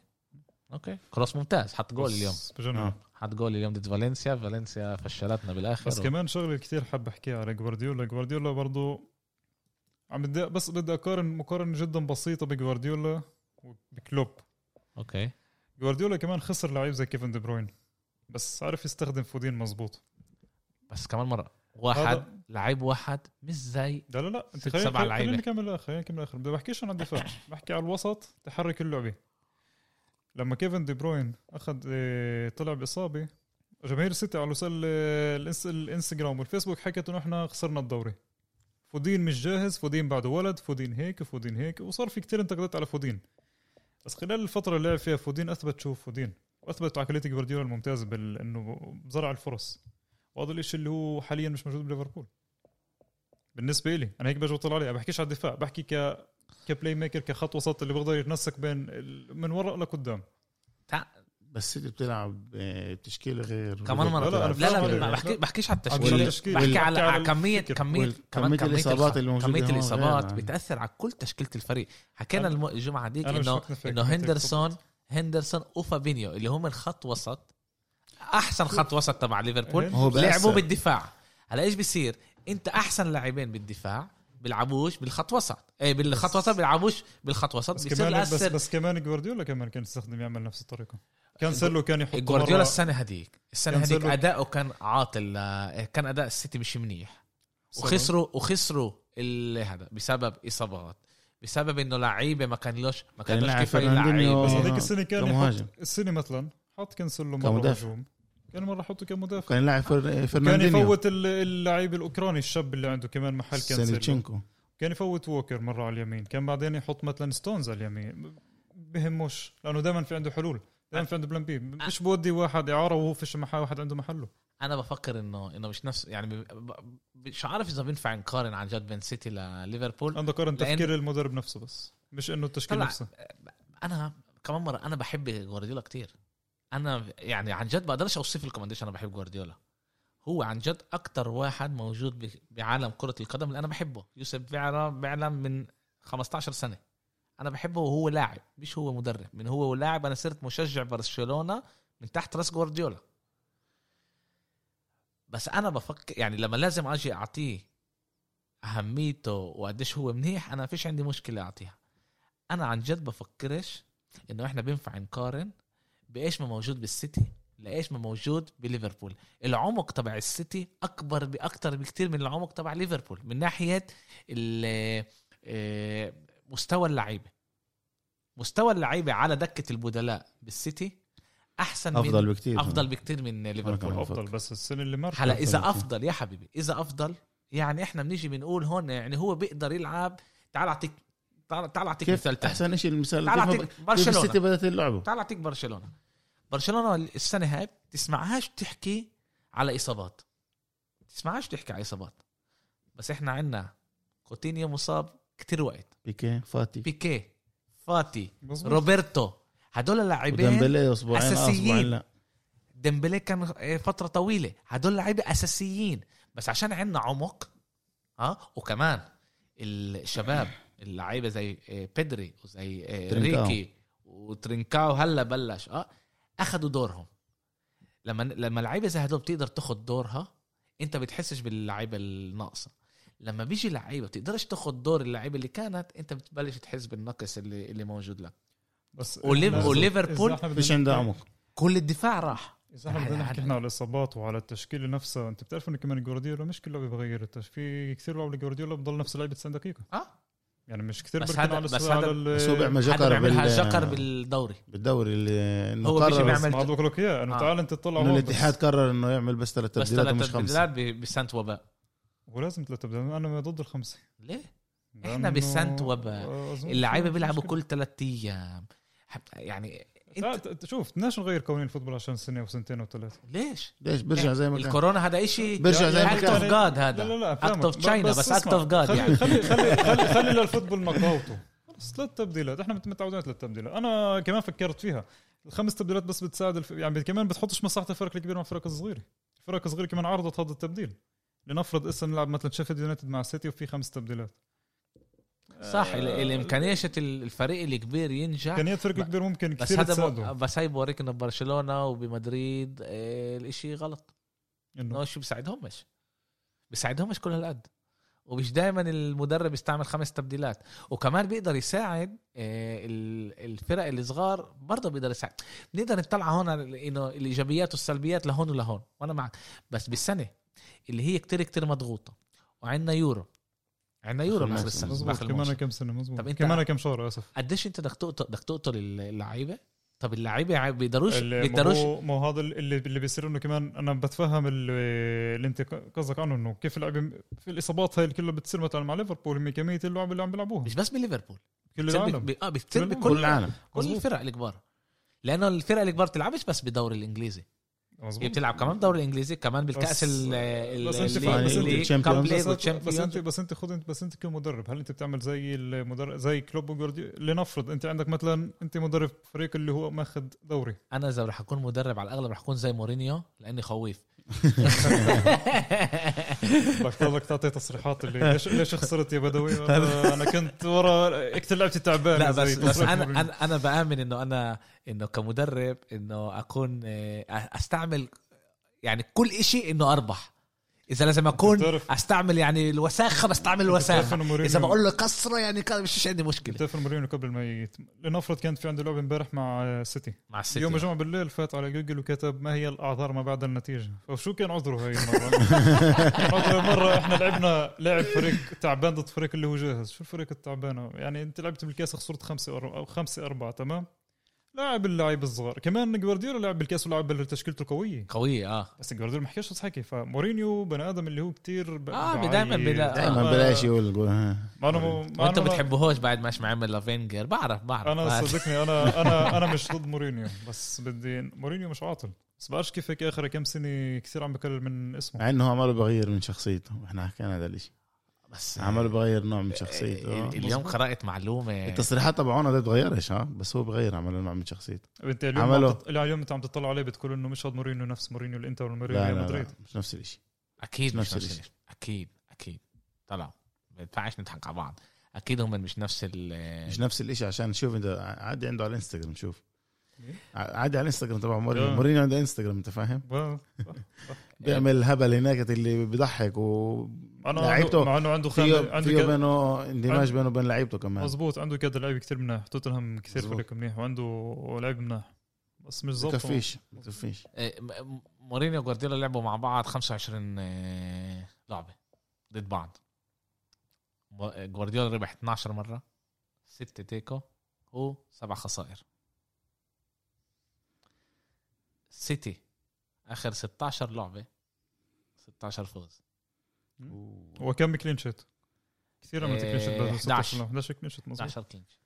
A: اوكي كروس ممتاز حط جول
C: بس
A: اليوم
C: بجنن.
B: آه.
A: حط جول اليوم ضد فالنسيا فالنسيا فشلتنا بالاخر
C: بس كمان شغله كثير حاب احكيها على جوارديولا جوارديولا برضو عم بدي بس بدي اقارن مقارنه جدا بسيطه بجوارديولا وبكلوب
A: اوكي
C: جوارديولا كمان خسر لعيب زي كيفن دي بروين بس عرف يستخدم فودين مزبوط
A: بس كمان مره واحد
C: هذا-
A: لعيب واحد مش زي
C: لا لا لا انت
A: ست
C: خلينا
A: سبع
C: خلينا-
A: لعيبة.
C: خلينا نكمل الاخر خلينا نكمل الاخر بدي بحكيش عن الدفاع بحكي على الوسط تحرك اللعبه لما كيفن دي بروين اخذ آه، طلع باصابه جماهير السيتي على وسائل آه، الإنس- الانستغرام والفيسبوك حكت انه احنا خسرنا الدوري فودين مش جاهز فودين بعده ولد فودين هيك فودين هيك وصار في كتير انتقادات على فودين بس خلال الفتره اللي لعب فيها فودين اثبت شو فودين واثبت عقليه جوارديولا الممتازه بال... انه بزرع الفرص وهذا الشيء اللي هو حاليا مش موجود بليفربول بالنسبه لي انا هيك بجي بطلع عليه بحكيش على الدفاع بحكي ك كبلاي ميكر كخط وسط اللي بيقدر يتنسق بين ال- من وراء لقدام
A: تع-
B: بس السيتي بتلعب آه، بتشكيله غير
A: كمان مره
C: لا، لا، أنا
A: لا لا,
C: فاهم.
A: ما بحكي بحكيش على
C: عن
B: وال-
A: التشكيل
C: التشكيل.
A: بحكي
B: وال-
A: على
C: على
A: على كميه
C: الفكر.
A: كميه
B: وال-
A: كمان
B: كمية
A: كميه
B: الإصابات
A: الإصابات
B: اللي موجودة
A: كميه
B: هون غير
A: الاصابات
B: عن-
A: بتاثر على كل تشكيله الفريق حكينا
C: أنا-
A: الم- الجمعه هذيك
C: أنا مش
A: انه
C: مقتنع فيك،
A: انه
C: أنت
A: هندرسون
C: بالضبط.
A: هندرسون وفابينيو اللي هم الخط وسط احسن خط وسط تبع ليفربول
B: هو بأثر.
A: لعبوا بالدفاع هلا ايش بيصير انت احسن لاعبين بالدفاع بيلعبوش بالخط وسط ايه بالخط وسط بيلعبوش بالخط وسط
C: بس
A: بيصير
C: كمان بس,
A: ياثر
C: بس كمان جوارديولا كمان كان يستخدم يعمل نفس الطريقه كان سلو كان يحط
A: آه، جوارديولا
C: مرة-
A: السنه هذيك السنه
C: كان
A: هذيك
C: سلو-
A: اداؤه كان عاطل ل- كان اداء السيتي مش منيح وخسروا وخسروا ال- هذا بسبب اصابات بسبب انه لعيبه ما كان لوش ما
B: كان
A: كان لوش
B: لاعب
A: كفايه
B: فرناندينيو.
A: لعيبه
C: بس
B: آه،
C: هذيك السنه كان
B: كمهاجم.
C: يحط السنه مثلا حط كانسلو مره
B: كمدافع.
C: هجوم كان مره يحطه كمدافع
B: كان لاعب فر-
C: كان
B: فرناندينيو
C: يفوت ال- اللاعب الاوكراني الشاب اللي عنده كمان محل كانسلو
B: سانيتشينكو
C: كان يفوت ووكر مره على اليمين كان بعدين يحط مثلا ستونز على اليمين بهموش لانه دائما في عنده حلول دائما في عنده بلان بي مش بودي واحد اعاره وهو فيش محل واحد عنده محله
A: انا بفكر انه انه مش نفس يعني ب- ب- مش عارف اذا بينفع نقارن عن جد بين سيتي لليفربول
C: انا قارن
A: لأن-
C: تفكير المدرب نفسه بس مش انه التشكيل
A: طلع.
C: نفسه
A: انا كمان مره انا بحب جوارديولا كتير انا يعني عن جد بقدرش اوصف لكم قديش انا بحب جوارديولا هو عن جد اكتر واحد موجود ب- بعالم كره القدم اللي انا بحبه يوسف بعرة بعلم من 15 سنه انا بحبه وهو لاعب مش هو مدرب من هو ولاعب انا صرت مشجع برشلونه من تحت راس جوارديولا بس انا بفكر يعني لما لازم اجي اعطيه اهميته وقديش هو منيح انا فيش عندي مشكله اعطيها انا عن جد بفكرش انه احنا بينفع نقارن بايش ما موجود بالسيتي لايش ما موجود بليفربول العمق تبع السيتي اكبر باكتر بكتير من العمق تبع ليفربول من ناحيه ال- آه، مستوى اللعيبه مستوى اللعيبه على دكه البدلاء بالسيتي احسن
B: افضل
A: من
B: بكثير
A: افضل بكتير من ليفربول
B: كمان.
C: افضل بس السنه اللي مرت
A: هلا اذا
B: أفضل.
A: افضل يا حبيبي اذا افضل يعني احنا بنيجي بنقول هون يعني هو بيقدر يلعب تعال اعطيك تعال تعال اعطيك
B: كيف
A: مثال تاني
B: احسن شيء المثال
A: تعال
B: كيف-
A: اعطيك
B: كيف
A: برشلونه
B: السيتي بدات اللعبه
A: تعال اعطيك برشلونه برشلونه السنه هاي بتسمعهاش تحكي على اصابات بتسمعهاش تحكي على اصابات بس احنا عندنا كوتينيو مصاب كتير وقت
B: بيكي فاتي
A: بيكي فاتي
C: مظبوط.
A: روبرتو هدول اللاعبين
B: وديمبلي اسبوعين آه،
A: أساسيين.
B: اسبوعين لا
A: ديمبلي كان آه، فتره طويله هدول لعيبه اساسيين بس عشان عندنا عمق ها وكمان الشباب اللعيبه زي آه، بيدري وزي آه،
B: ترينكاو.
A: ريكي وترينكاو هلا بلش اه اخذوا دورهم لما لما لعيبه زي هدول بتقدر تاخد دورها انت بتحسش باللعيبه الناقصه لما بيجي لعيبه بتقدرش تاخد دور اللعيبه اللي كانت انت بتبلش تحس بالنقص اللي اللي موجود لك
C: بس
A: وليف-
C: إحنا-
A: وليفربول
C: إذا إحنا بدنا
B: فيش عنده
C: نحكي-
B: عمق
A: كل الدفاع راح
C: اذا احنا
A: هلا-
C: بدنا نحكي
A: هلا.
C: احنا على الاصابات وعلى التشكيله نفسها انت بتعرف انه كمان جوارديولا مش كل لعبه بغير التش في كثير لعبه جوارديولا بضل نفس لعبه 90 دقيقه
A: اه
C: يعني مش كثير
A: بس
C: بركن
A: هذا-
C: على
A: بس
C: الس- على
A: هذا-
C: ال-
B: بس هو بيعمل
A: حدا
B: جكر
A: بيعملها
B: بال-
A: جكر بالدوري
B: بالدوري اللي إنه
A: هو بيجي
B: قرر-
A: بيعمل
C: ما عاد بقول لك اياه انه
A: آه.
C: يعني تعال انت تطلع
B: انه
C: هون بس.
B: الاتحاد قرر انه يعمل بس ثلاث
A: بس
B: تبديلات ومش
A: ثلاث
B: خمسه
A: تبديلات ب- بسنت وباء
C: ولازم ثلاث تبديلات انا ضد الخمسه
A: ليه؟
C: لأنه-
A: بالسنت وباء.
C: آه، أظن
A: اللعيبه
C: في
A: بيلعبوا
C: مشكلة.
A: كل ثلاث ايام حب- يعني
C: لا
A: انت
C: آه، ت- ت- شوف بدناش نغير قوانين الفوتبول عشان سنه وسنتين وثلاثه
A: ليش؟
B: ليش برجع زي ما كان
A: الكورونا هذا شيء
B: برجع
C: يا-
B: زي
C: يا
B: ما
A: اكت اوف
B: كان
C: أنت-
A: جاد
C: لا
A: هذا
C: لا لا
A: اكت
C: فاهمك.
A: اوف
C: ب-
A: تشاينا
C: بس
A: بس اكت
C: اسمع.
A: اوف جاد
C: خلي-
A: يعني
C: خلي خلي خلي خلي للفوتبول نقاوته خلص ثلاث تبديلات احنا مت- متعودين على ثلاث تبديلات انا كمان فكرت فيها الخمس تبديلات بس بتساعد الف... يعني كمان بتحطش مصلحه الفرق الكبير مع الفرق الصغيره الفرق الصغيره كمان عرضت هذا التبديل لنفرض اسا نلعب مثلا شيفيلد يونايتد مع سيتي وفي خمس تبديلات
A: صح ال- الامكانيه شت الفريق الكبير ينجح
C: امكانيات فرق
A: ب-
C: الكبير ممكن
A: بس
C: كثير
A: هذا
C: تساعده
A: ب- بس هاي بوريك انه ببرشلونه وبمدريد آه، الاشي غلط
C: انه
A: انه شو بيساعدهمش بيساعدهمش كل هالقد ومش دائما المدرب يستعمل خمس تبديلات وكمان بيقدر يساعد آه، ال- الفرق الصغار برضه بيقدر يساعد بنقدر نطلع هون على ال- انه الايجابيات والسلبيات لهون ولهون وانا معك بس بالسنه اللي هي كتير كتير مضغوطه وعندنا يورو عندنا يورو
B: آخر
A: باخر
B: موسم.
A: السنه
C: مزبوط
A: باخر
C: كمان
A: الموسم
C: كم سنه مزبوط
A: طب أنت-
C: كمان كم شهر اسف
A: قديش انت بدك تقتل بدك تقتل اللعيبه طب اللعيبه عا- بيقدروش
C: ال- ما
A: بيقدروش
C: هو- ما هو هذا اللي اللي بيصير انه كمان انا بتفهم ال- اللي انت قصدك عنه انه كيف اللعيبه في الاصابات هاي اللي كلها بتصير مثلا مع ليفربول هم كميه اللعب اللي عم بيلعبوها
A: مش بس بليفربول
C: كل
A: بتصير
C: العالم
A: بك- اه بتصير
C: كل
A: بكل
B: كل العالم
A: كل
C: مظبوط.
A: الفرق الكبار لانه الفرق الكبار بتلعبش بس بالدوري الانجليزي هي
C: مظبوط
A: بتلعب كمان بالدوري الانجليزي كمان بالكاس
C: بس-
A: ال ال-
C: بس أنت
A: ال-
C: فاهم، بس
A: ال-
C: أنت
A: ال-
B: Champions.
A: Cup League
C: بس, بس, بس انت
A: والChampions.
C: بس انت خذ انت بس انت كمدرب هل انت بتعمل زي المدرب زي كلوب وجوارديولا لنفرض انت عندك مثلا انت مدرب فريق اللي هو ماخذ دوري
A: انا اذا رح اكون مدرب على الاغلب رح اكون زي مورينيو لاني خويف
C: بدك بدك تعطي تصريحات اللي ليش ليش خسرت يا بدوي انا كنت ورا كثير لعبتي تعبانه
A: لا بس
C: زي
A: بس
C: تصريح
A: انا
C: مورينيو.
A: انا انا بامن انه انا انه كمدرب انه اكون آه، استعمل يعني كل إشي انه اربح اذا لازم اكون
C: بتعرف-
A: استعمل يعني الوساخه بستعمل الوساخه
C: بتعرف إنه مورينيو-
A: اذا بقول له كسره يعني كده مش عندي مشكله
C: بتعرف إنه مورينيو قبل ما يت... لنفرض كانت في عنده لعبه امبارح مع آه، سيتي
A: مع السيتي
C: يوم الجمعه بالليل فات على جوجل وكتب ما هي الاعذار ما بعد النتيجه فشو كان عذره هاي المره كان عذره مره احنا لعبنا لعب فريق تعبان ضد فريق اللي هو جاهز شو الفريق التعبان يعني انت لعبت بالكاس خسرت خمسة أر- او خمسة أربعة تمام لاعب اللاعب الصغار كمان جوارديولا لعب بالكاس ولعب بتشكيلته القوية
A: قويه اه
C: بس جوارديولا ما حكاش نفس حكي فمورينيو بني ادم اللي هو كتير ب...
A: آه،
C: بعاي.
A: دايماً بلا-
B: دائما بلاش يقول ها.
C: ما انا ما أنا-
A: وانت بتحبهوش بعد ما ما عمل لافينجر بعرف بعرف
C: انا
A: بس-
C: صدقني انا انا انا مش ضد مورينيو بس بدي مورينيو مش عاطل بس بعرفش كيف هيك اخر كم سنه كثير عم بكلل من اسمه
B: مع انه هو عماله بغير من شخصيته احنا حكينا هذا الشيء
A: بس
B: عماله بغير نوع من شخصيته
A: آه، اليوم قرات معلومه
B: التصريحات تبعونا ده تغيرش ها بس هو بغير عمله نوع من شخصيته
C: انت اليوم
B: عمله.
C: عم تط- لا، اليوم انت عم تطلع عليه بتقول انه مش هاد مورينيو نفس مورينيو الانتر والمورينيو
B: لا
C: ريال
B: لا,
C: مدريد
B: لا مش نفس الشيء
A: اكيد مش
B: نفس
A: نفس
B: الشيء.
A: الشيء اكيد اكيد طلع ما ينفعش نضحك على بعض اكيد هم مش نفس ال
B: مش نفس الشيء عشان شوف انت عادي عنده على الانستغرام شوف
C: إيه؟
B: ع- عادي على الانستغرام تبع مورينيو
C: آه.
B: مورينيو عنده انستغرام انت فاهم
C: ب-
B: بيعمل هبل هناك اللي بيضحك و
C: انا
B: لعيبته
C: عنده مع انه عنده خامة
B: فيه
C: عنده
B: فيه
C: كد-
B: بينه اندماج بينه وبين لعيبته كمان
C: مزبوط عنده كذا لعيبه كثير منيح توتنهام كثير
B: مزبوط.
C: فريق منيح وعنده لعيب منيح بس مش ظابط
B: بكفيش بكفيش
A: إيه، م- م- مورينيو وجوارديولا لعبوا مع بعض 25 آه، لعبه ضد بعض مو- آه، جوارديولا ربح 12 مره 6 تيكو وسبع خسائر سيتي اخر 16 لعبه 16 فوز
C: وكم كلين شيت كثير عملت
A: إيه،
C: كلين شيت
A: 11.
C: 11 كلين شيت مزبوط
A: 12 كلينش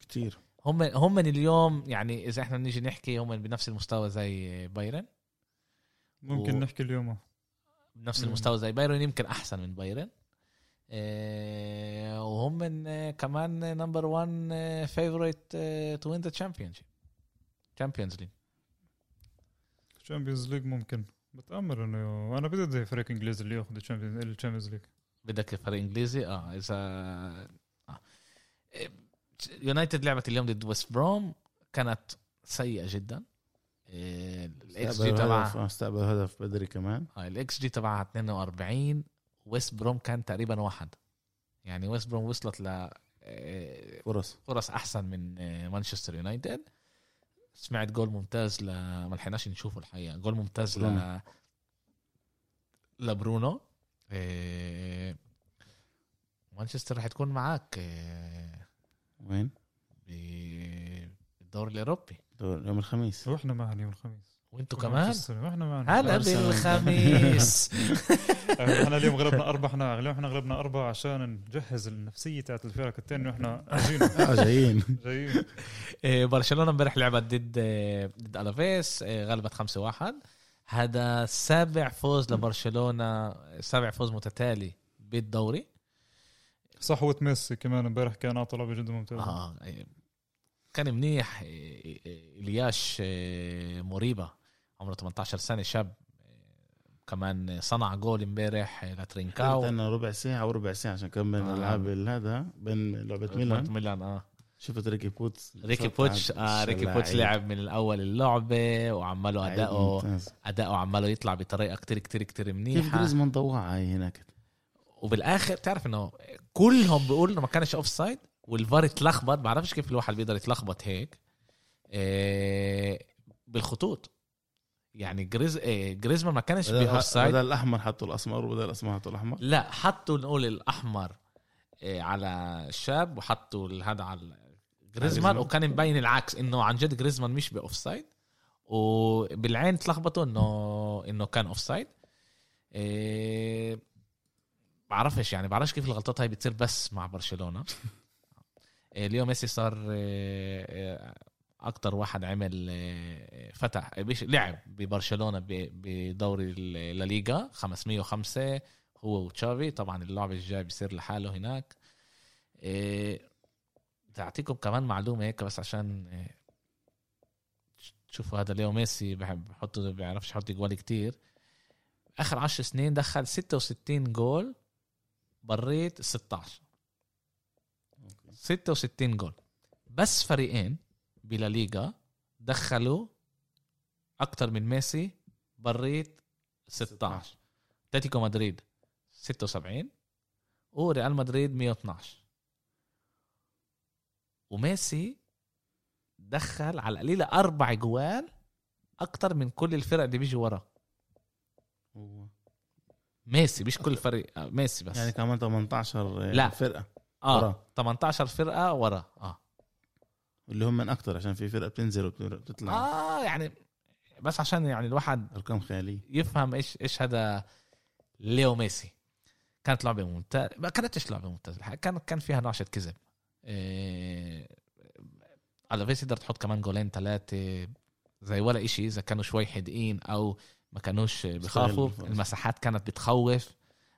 B: كتير
A: هم هم من اليوم يعني اذا احنا بنيجي نحكي هم بنفس المستوى زي بايرن
C: ممكن
A: و-
C: نحكي اليوم
A: بنفس
C: مم.
A: المستوى زي بايرن يمكن احسن من بايرن إيه، وهم من آه، كمان آه، نمبر 1 فيفورت تو وين ذا تشامبيون تشامبيونز ليج
C: تشامبيونز ليج ممكن بتامل انه انا بدي فريق انجليزي اللي ياخذ الشامبيونز الشامبيونز ليج
A: بدك فريق انجليزي اه اذا آه. إيه، يونايتد لعبت اليوم ضد ويست بروم كانت سيئه جدا إيه، الاكس جي
B: استقبل هدف-
A: تبعها آه،
B: آه، استقبل هدف بدري كمان
A: الاكس جي تبعها 42 ويست بروم كان تقريبا واحد يعني ويست بروم وصلت ل آه،
B: فرص
A: فرص احسن من آه، مانشستر يونايتد سمعت جول ممتاز ل ما لحقناش نشوفه الحقيقه جول ممتاز ل
B: برونو.
A: لبرونو آه، مانشستر رح تكون معاك آه،
B: وين؟
A: ب- بالدوري الاوروبي
B: دور يوم الخميس
C: واحنا معنا يوم الخميس
A: وانتوا كمان
C: واحنا معنا
A: هلا
B: أرسنال.
A: بالخميس
C: احنا اليوم غلبنا اربع احنا اليوم احنا غلبنا اربع عشان نجهز النفسيه تاعت الفرق الثاني واحنا جايين
B: اه جايين
C: جايين
A: إيه، برشلونه امبارح لعبت ضد آه، ضد الافيس آه، غلبت 5-1 هذا سابع فوز لبرشلونه سابع فوز متتالي بالدوري
C: صحوه ميسي كمان امبارح كان اعطى لعبه جدا ممتازه
A: اه إيه. كان منيح إيه، إيه، الياش إيه، مريبه عمره 18 سنه شاب إيه، كمان صنع جول امبارح إيه، لترينكاو
B: استنى ربع ساعة وربع ساعة عشان كمل
A: آه.
B: العاب هذا بين لعبة ميلان
A: ميلان اه
B: شفت ريكي بوتس
A: ريكي بوتش آه ريكي بوتش لعب من الاول اللعبه وعماله اداؤه اداؤه عماله يطلع بطريقه كتير كتير كتير
B: كيف
A: منيحه
B: جريزمان ضوع هاي هناك
A: وبالاخر تعرف انه كلهم بيقولوا انه ما كانش اوف سايد والفار اتلخبط بعرفش كيف الواحد بيقدر يتلخبط هيك آه، بالخطوط يعني جريز آه، جريزمان ما كانش باوف
B: بدل
A: سايد
B: الأحمر حطوا الأسمر وبدل الأسمر حطوا الأحمر
A: لا حطوا نقول الاحمر آه، على الشاب وحطوا هذا على جريزمان
B: جريزمان.
A: وكان مبين العكس انه عن جد جريزمان مش باوف سايد وبالعين تلخبطوا انه انه كان اوف سايد إيه بعرفش يعني بعرفش كيف الغلطات هاي بتصير بس مع برشلونه إيه اليوم ميسي صار إيه إيه اكتر واحد عمل إيه فتح بيش لعب ببرشلونه ب- بدوري ال- الليغا 505 هو وتشافي طبعا اللعب الجاي بيصير لحاله هناك إيه، بدي اعطيكم كمان معلومه هيك بس عشان إيه، تشوفوا هذا ليو ميسي بحب بحطه بيعرفش يحط جوال كتير اخر 10 سنين دخل 66 جول بريت ال 16 66 جول بس فريقين بلا ليغا دخلوا اكثر من ميسي بريت 16 اتلتيكو مدريد 76 وريال مدريد 112 وميسي دخل على القليله اربع جوال اكثر من كل الفرق اللي بيجي وراه
B: هو.
A: ميسي مش كل فريق آه، ميسي بس
B: يعني
A: يعني
B: كمان آه، 18
A: لا.
B: لا. فرقه
A: اه
B: وراه.
A: 18 فرقه وراه اه
B: اللي هم من اكثر عشان في فرقه بتنزل وبتطلع آه.
A: اه يعني بس عشان يعني الواحد
B: ارقام خياليه
A: يفهم ايش ايش هذا ليو ميسي كانت لعبه ممتازه ما كانتش لعبه ممتازه الحقيقة. كان كان فيها نعشه كذب إيه... على فيس تقدر تحط كمان جولين ثلاثه زي ولا إشي اذا كانوا شوي حدقين او ما كانوش بخافوا
B: الفرص.
A: المساحات كانت بتخوف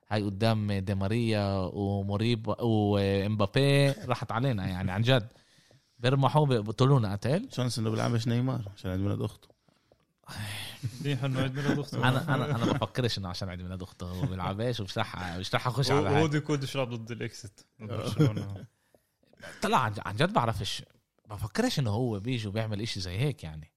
A: هاي قدام دي ماريا ومريب وامبابي راحت علينا يعني عن جد بيرمحوا بيقتلونا قتل
B: شانس انه بيلعبش نيمار عشان عيد ميلاد اخته
C: منيح انه عيد ميلاد اخته
A: انا انا انا بفكرش انه عشان عيد ميلاد اخته هو بيلعبش ومش رح مش رح اخش على
C: هو هو
A: هاي
C: دي كودش لعب ضد الاكسيت ضد برشلونه
A: طلع عن عن جد بعرفش بفكرش انه هو بيجي وبيعمل اشي زي هيك يعني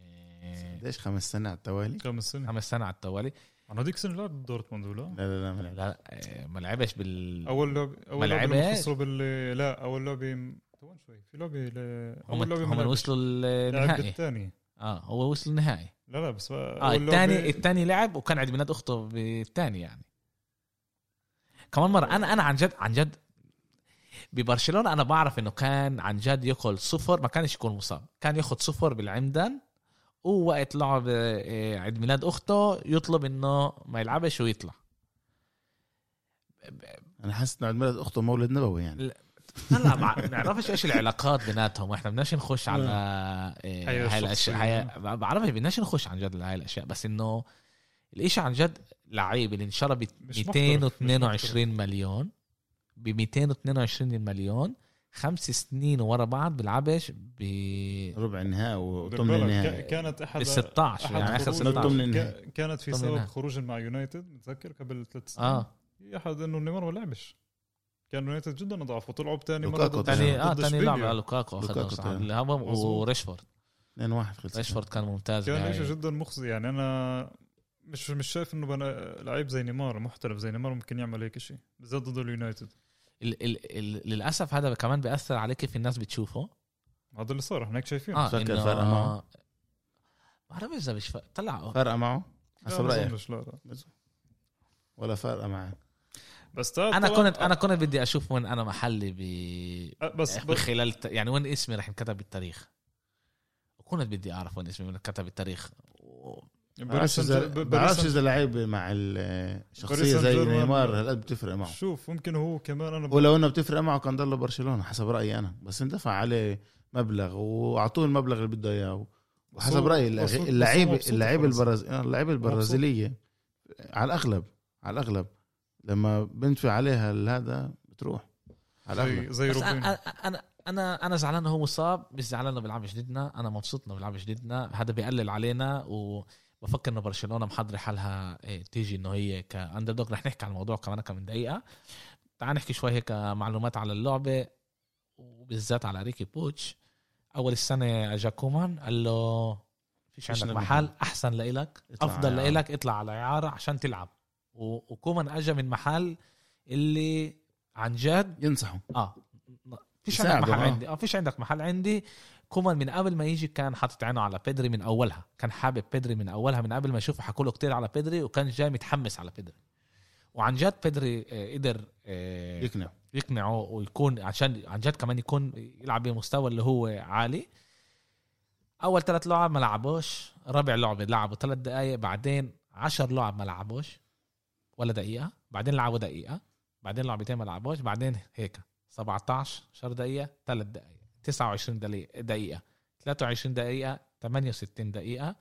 A: إيه،
B: قديش خمس سنة على التوالي
C: كم السنه
A: خمس سنة على التوالي
C: انا هذيك السنه لعب ضد دورتموند ولا
B: لا لا لا ما لعب.
A: لا إيه، ما لعبش بال
C: اول لعبه
A: ما
C: اول لعبه لما
A: لعبهاش.
C: خسروا بال لا اول لعبه ثواني شوي في لعبه ل-
A: هم
C: اول لعبه ما
A: هم
C: لعبش.
A: وصلوا
C: لعب
A: النهائي
C: بالثاني
A: اه هو وصل النهائي
C: لا لا بس
A: اه
C: اه
A: الثاني الثاني لعب وكان عيد ميلاد اخته بالثاني يعني كمان مره انا انا عن جد عن جد ببرشلونه انا بعرف انه كان عن جد ياخذ صفر ما كانش يكون مصاب كان ياخذ صفر بالعمدان ووقت لعب آه، عيد ميلاد اخته يطلب انه ما يلعبش ويطلع
B: انا حاسس انه عيد ميلاد اخته مولد نبوي يعني
A: هلا ما بعرفش ايش العلاقات بيناتهم احنا بدناش نخش على إيه،
C: هي
A: هاي الاشياء
C: نعم. أيوة، الشخصية.
A: هاي ما بعرفش بدناش نخش عن جد لهاي الاشياء بس انه الاشي عن جد لعيب اللي انشربت
C: مش محترف، مش
A: 222 مليون ب 222 مليون خمس سنين ورا بعض بيلعبش ب
B: ربع النهائي وثمن النهائي
C: بالك كانت احد
A: بال 16
C: أحد
A: يعني اخر
C: خروج-
A: 16
B: ضمن النهائي.
C: ك- كانت في
A: ضمن
C: سبب
A: النهائي.
C: خروج مع يونايتد متذكر قبل ثلاث سنين
A: اه
C: احد انه نيمار ما لعبش كان يونايتد جدا ضعف وطلعوا بثاني مره
B: لوكاكو
C: ضد
A: تاني اه
C: ضد
A: تاني
C: إشبيليا.
A: لعبه لوكاكو يعني
B: لوكاكو تاني.
A: اخذها
C: مظبوط.
A: وريشفورد
B: 2 1 خلص
A: ريشفورد كان ممتاز
C: كان
A: بهاي.
C: شيء جدا مخزي يعني انا مش مش شايف انه بنا- لعيب زي نيمار محترف زي نيمار ممكن يعمل هيك شيء بالذات ضد اليونايتد
A: ال- ال- ال- للاسف هذا كمان بياثر على كيف الناس بتشوفه
C: هذا اللي صار احنا هيك شايفينه
A: اه
B: فكر
A: إنه-
B: فرقة معه.
A: ما بعرف اذا مش فرق- طلع
B: فرقه معه
C: لا،
B: حسب
C: ما
B: رايك
C: أظنش، لا لا
B: ولا فرقه معه
C: بس تا-
A: انا
C: طبعاً-
A: كنت انا كنت بدي اشوف وين انا محلي ب
C: أه، بس بس
A: خلال يعني وين اسمي رح ينكتب بالتاريخ وكنت بدي اعرف وين اسمي انكتب بالتاريخ و-
C: باريس
B: بعرفش
C: سان
B: اذا
C: ب-
B: بعرفش
C: باريس
B: اذا لعيب مع ال-
C: باريس
B: شخصيه
C: سان
B: زي
C: جيرمان.
B: نيمار هالقد بتفرق
C: سان-
B: معه
C: شوف ممكن هو كمان انا ب...
B: ولو انه بتفرق معه كان ضل برشلونه حسب رايي انا بس اندفع عليه مبلغ واعطوه المبلغ اللي بده اياه
C: بس هو-
B: وحسب رايي
C: بس هو- بس هو
B: اللعيبه
C: مبسوط
B: اللعيبه
C: بفرنسا.
B: البرز... اللعيبه البرازيليه على الاغلب على الاغلب لما بندفع عليها هذا بتروح على الاغلب
C: زي, زي
A: بس
C: روبين
A: انا انا انا انا زعلان إنه هو مصاب مش زعلان انه بيلعبش ضدنا انا مبسوط انه بيلعبش ضدنا هذا بيقلل علينا وبفكر انه برشلونه محضره حالها إيه، تيجي انه هي كاندر دوغ رح نحكي عن الموضوع كمان كم دقيقه تعال نحكي شوي هيك معلومات على اللعبه وبالذات على ريكي بوتش اول السنه اجا كومان قال له فيش
B: فيش
A: عندك
B: لنا
A: محل
B: محل.
A: احسن لإلك
B: اطلع
A: افضل
B: على إعارة.
A: لإلك اطلع على اعاره عشان تلعب و- وكومان اجا من محل اللي عن جد
B: ينصحوا
A: اه فيش
B: يساعده،
A: عندك محل
B: آه.
A: عندي اه فيش عندك محل عندي كومان من قبل ما يجي كان حاطط عينه على بيدري من اولها كان حابب بيدري من اولها من قبل ما يشوفه حكوا له كتير على بيدري وكان جاي متحمس على بيدري وعن جد بيدري آه، قدر آه،
B: يقنع
A: يقنعه ويكون عشان عن جد كمان يكون يلعب بمستوى اللي هو عالي اول ثلاث لعب ما لعبوش رابع لعبه لعبوا ثلاث دقائق بعدين عشر لعب ما لعبوش ولا دقيقه بعدين لعبوا دقيقه بعدين لعبتين ما لعبوش بعدين هيك 17 10 دقيقه ثلاث دقائق 29 دقيقه دقيقه 23 دقيقه 68 دقيقه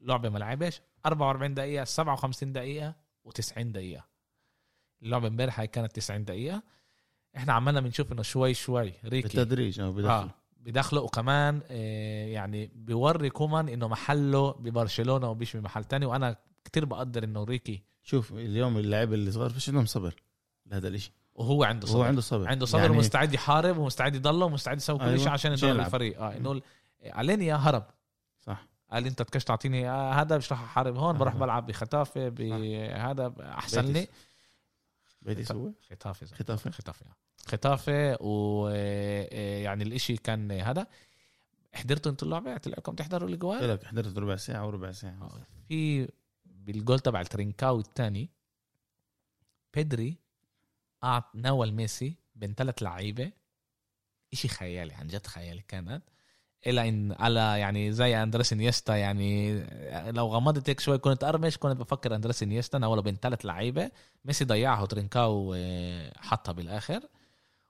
A: لعبه ما لعبش 44 دقيقه 57 دقيقه و90 دقيقه اللعبه امبارح هي كانت 90 دقيقه احنا عمالنا بنشوف انه شوي شوي ريكي
B: بالتدريج اه بدخل
A: إيه. آه. بدخله وكمان آه، يعني بوري كومان انه محله ببرشلونه ومش بمحل تاني وانا كتير بقدر انه ريكي
B: شوف اليوم اللعيبه اللي صغار فيش عندهم صبر لهذا الاشي
A: وهو عنده
B: هو
A: صبر
B: عنده صبر
A: عنده صبر يعني... ومستعد يحارب ومستعد يضله ومستعد يسوي كل
B: أيوة،
A: شيء عشان
B: عشان
A: يضل
B: يلعب.
A: الفريق اه انه علينيا هرب
B: صح
A: قال انت بدكش تعطيني آه، هذا مش رح احارب هون بروح
B: آه.
A: بلعب بختافه بهذا احسن لي
B: بيتي هو
A: ختافه زي-
B: ختافة.
A: ختافه آه. ختافه ويعني الاشي آه، يعني كان هذا حضرتوا انتوا اللعبه طلعكم تحضروا الجوال
B: إيه لك حضرت ربع ساعه وربع
A: آه.
B: ساعه
A: في بالجول تبع ترينكاو الثاني بيدري أعط ناول ميسي بين ثلاث لعيبه إشي خيالي عن جد خيالي كانت الا ان على يعني زي اندريس انيستا يعني لو غمضت هيك شوي كنت ارمش كنت بفكر اندريس انيستا ناوله بين ثلاث لعيبه ميسي ضيعها وترينكاو آه، حطها بالاخر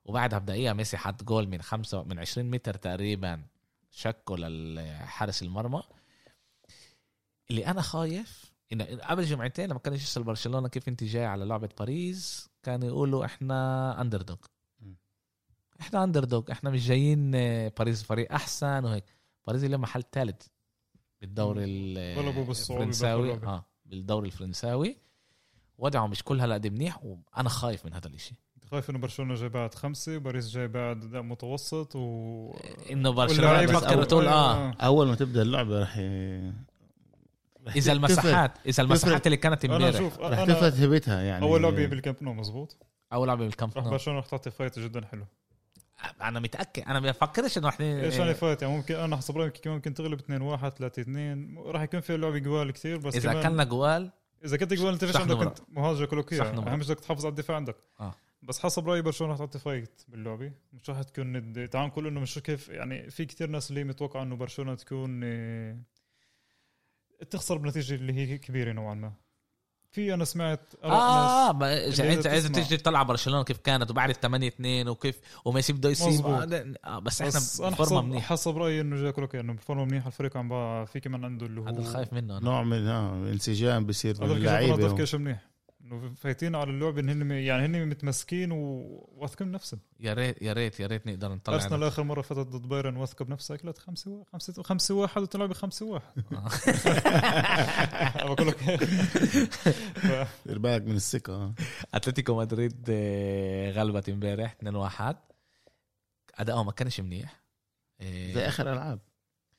A: وبعدها بدقيقه ميسي حط جول من خمسة من 20 متر تقريبا شكه للحارس المرمى اللي انا خايف إن قبل جمعتين لما كان يشتغل برشلونه كيف انت جاي على لعبه باريس كانوا يقولوا احنا اندر دوغ
B: مم.
A: احنا اندر دوغ احنا مش جايين آه، باريس فريق احسن وهيك باريس اللي محل ثالث بالدوري ال-
C: غلبوا بالصعوبة
A: الفرنساوي
C: بالغلبة.
A: اه بالدوري الفرنساوي وضعه مش كل هلا قد منيح وانا خايف من هذا الاشي
C: خايف انه برشلونه جاي بعد خمسه باريس جاي بعد أداء متوسط و
A: انه برشلونه
B: واللعيبة
A: بتفكر
B: أول-
A: بتقول اه
B: اول ما تبدا اللعبه رح ي- رح
A: اذا
B: تفرق.
A: المساحات اذا المساحات اللي كانت
C: انا
A: امبارح
C: شوف
B: رح
C: انا
B: تفلت هيبتها يعني
C: اول لعبه بالكامب نو مزبوط
A: او لعبه بالكامب
C: راح
A: نو
C: برشلونه رح تعطي فايت جدا حلو
A: انا متاكد انا ما بفكرش انه احنا
C: ايش يعني فايت يعني ممكن انا حسب رايي يمكن- ممكن تغلب 2 1 3 2 راح يكون فيها لعبه جوال كثير بس
A: اذا
C: كمان-
A: اكلنا جوال
C: اذا كنت جوال انت فيش
A: صح
C: عندك
A: نمرة.
C: انت مهاجر كلوكيا
A: صح نمرة.
C: اهم شيء بدك تحافظ على الدفاع عندك
A: آه.
C: بس حسب رايي برشلونه رح تعطي فايت باللعبه مش رح تكون ند- تعال نقول انه مش كيف يعني في كثير ناس اللي متوقعه انه برشلونه تكون آه، تخسر بنتيجه اللي هي كبيره نوعا ما في انا سمعت آراء ناس-
A: اه ما إذا-
C: اللي
A: انت اذا
C: تسمع.
A: تيجي تطلع برشلونه كيف كانت وبعد 8 2 وكيف وميسي بده يصيب
C: مزبوط.
A: آه، لا- آه، بس احنا
C: بس انا
A: بفورمه
C: حسب,
A: منيح
C: حسب رايي انه جاي كلوكيا انه بفورمه منيح الفريق عم بقى في كمان عنده اللي هو
A: هذا الخايف منه أنا.
B: نوع من اه انسجام بصير
C: هذا الكيش- هذا
B: باللعيبه
C: الكيش منيح انه فايتين على اللعبه إن هن يعني هن متمسكين و- واثقين بنفسهم
A: يا ريت يا ريت يا ريت نقدر نطلع
C: ارسنال اخر مره فاتت ضد بايرن واثقه بنفسها اكلت 5 5 5 1 وتلعب 5 1
A: آه.
C: بقول لك ف-
B: دير بالك من الثقه آه.
A: اتلتيكو مدريد آه، غلبت امبارح 2-1 ادائهم ما كانش منيح آه،
B: زي اخر العاب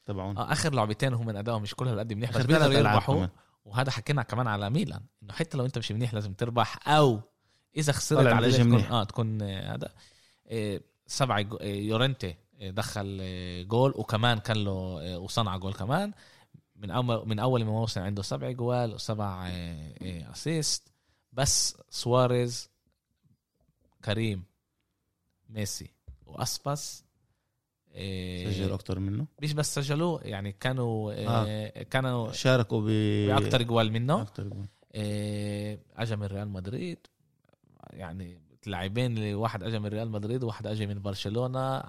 B: تبعون
A: اه اخر لعبتين هم من ادائهم مش كل هالقد منيح بس
B: آخر ثلاث
A: بيقدروا
B: ألعاب
A: يربحوا
B: كمان.
A: وهذا حكينا كمان على ميلان انه حتى لو انت مش منيح لازم تربح او اذا خسرت
B: طلع
A: على
B: نتيجة
A: الأقل تكون
B: منيح.
A: اه تكون آه، هذا آه، سبعه جو- آه، يورنتي آه، دخل آه، جول وكمان كان له آه، وصنع جول كمان من اول من اول ما وصل عنده سبع جوال وسبع آه، آه، اسيست بس سواريز كريم ميسي واسباس آه،
B: سجل اكثر منه
A: مش بس سجلوه يعني كانوا آه. كانوا
B: شاركوا ب
A: باكثر جوال منه
B: أكتر جوال.
A: آه، اجى من ريال مدريد يعني لاعبين اللي واحد اجى من ريال مدريد وواحد اجى من برشلونه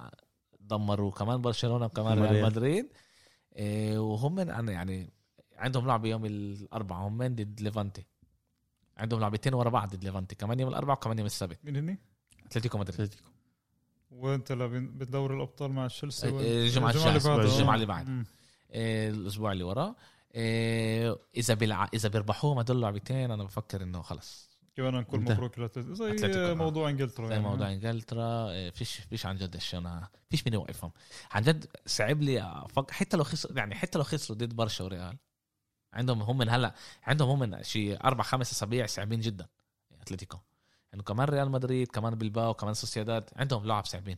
A: دمروا كمان برشلونه وكمان
B: دمروا
A: ريال
B: ريال.
A: مدريد آه، وهم من- أنا يعني عندهم لعبه يوم الاربعاء هم من ضد ليفانتي عندهم لعبتين ورا بعض ضد ليفانتي كمان يوم الاربعاء وكمان يوم السبت
C: مين هني؟
A: اتلتيكو مدريد
B: أتلتيكو.
C: وانت لاعبين بدوري الابطال مع تشيلسي
A: آه،
C: وال-
A: آه، الجمعة
C: اللي
A: الجاية،
C: بعده.
A: الجمعة اللي بعدها.
C: مم.
A: آه، الاسبوع اللي وراه آه، اذا بلع... اذا بيربحوهم هدول لعبتين انا بفكر انه خلص
C: كمان نقول
B: انتهى.
C: مبروك لأتلتيكو.
A: أتلتيكو،
C: زي
A: آه.
C: موضوع انجلترا
A: زي
C: يعني.
A: موضوع انجلترا آه، فيش فيش عن جد الشنا فيش مين يوقفهم عن جد صعب لي أفك... حتى لو خسر يعني حتى لو خسروا ضد برشا وريال عندهم هم من هلا عندهم هم من شي اربع خمس اسابيع صعبين جدا اتلتيكو انه كمان ريال مدريد كمان بلباو كمان سوسياداد عندهم لعب صعبين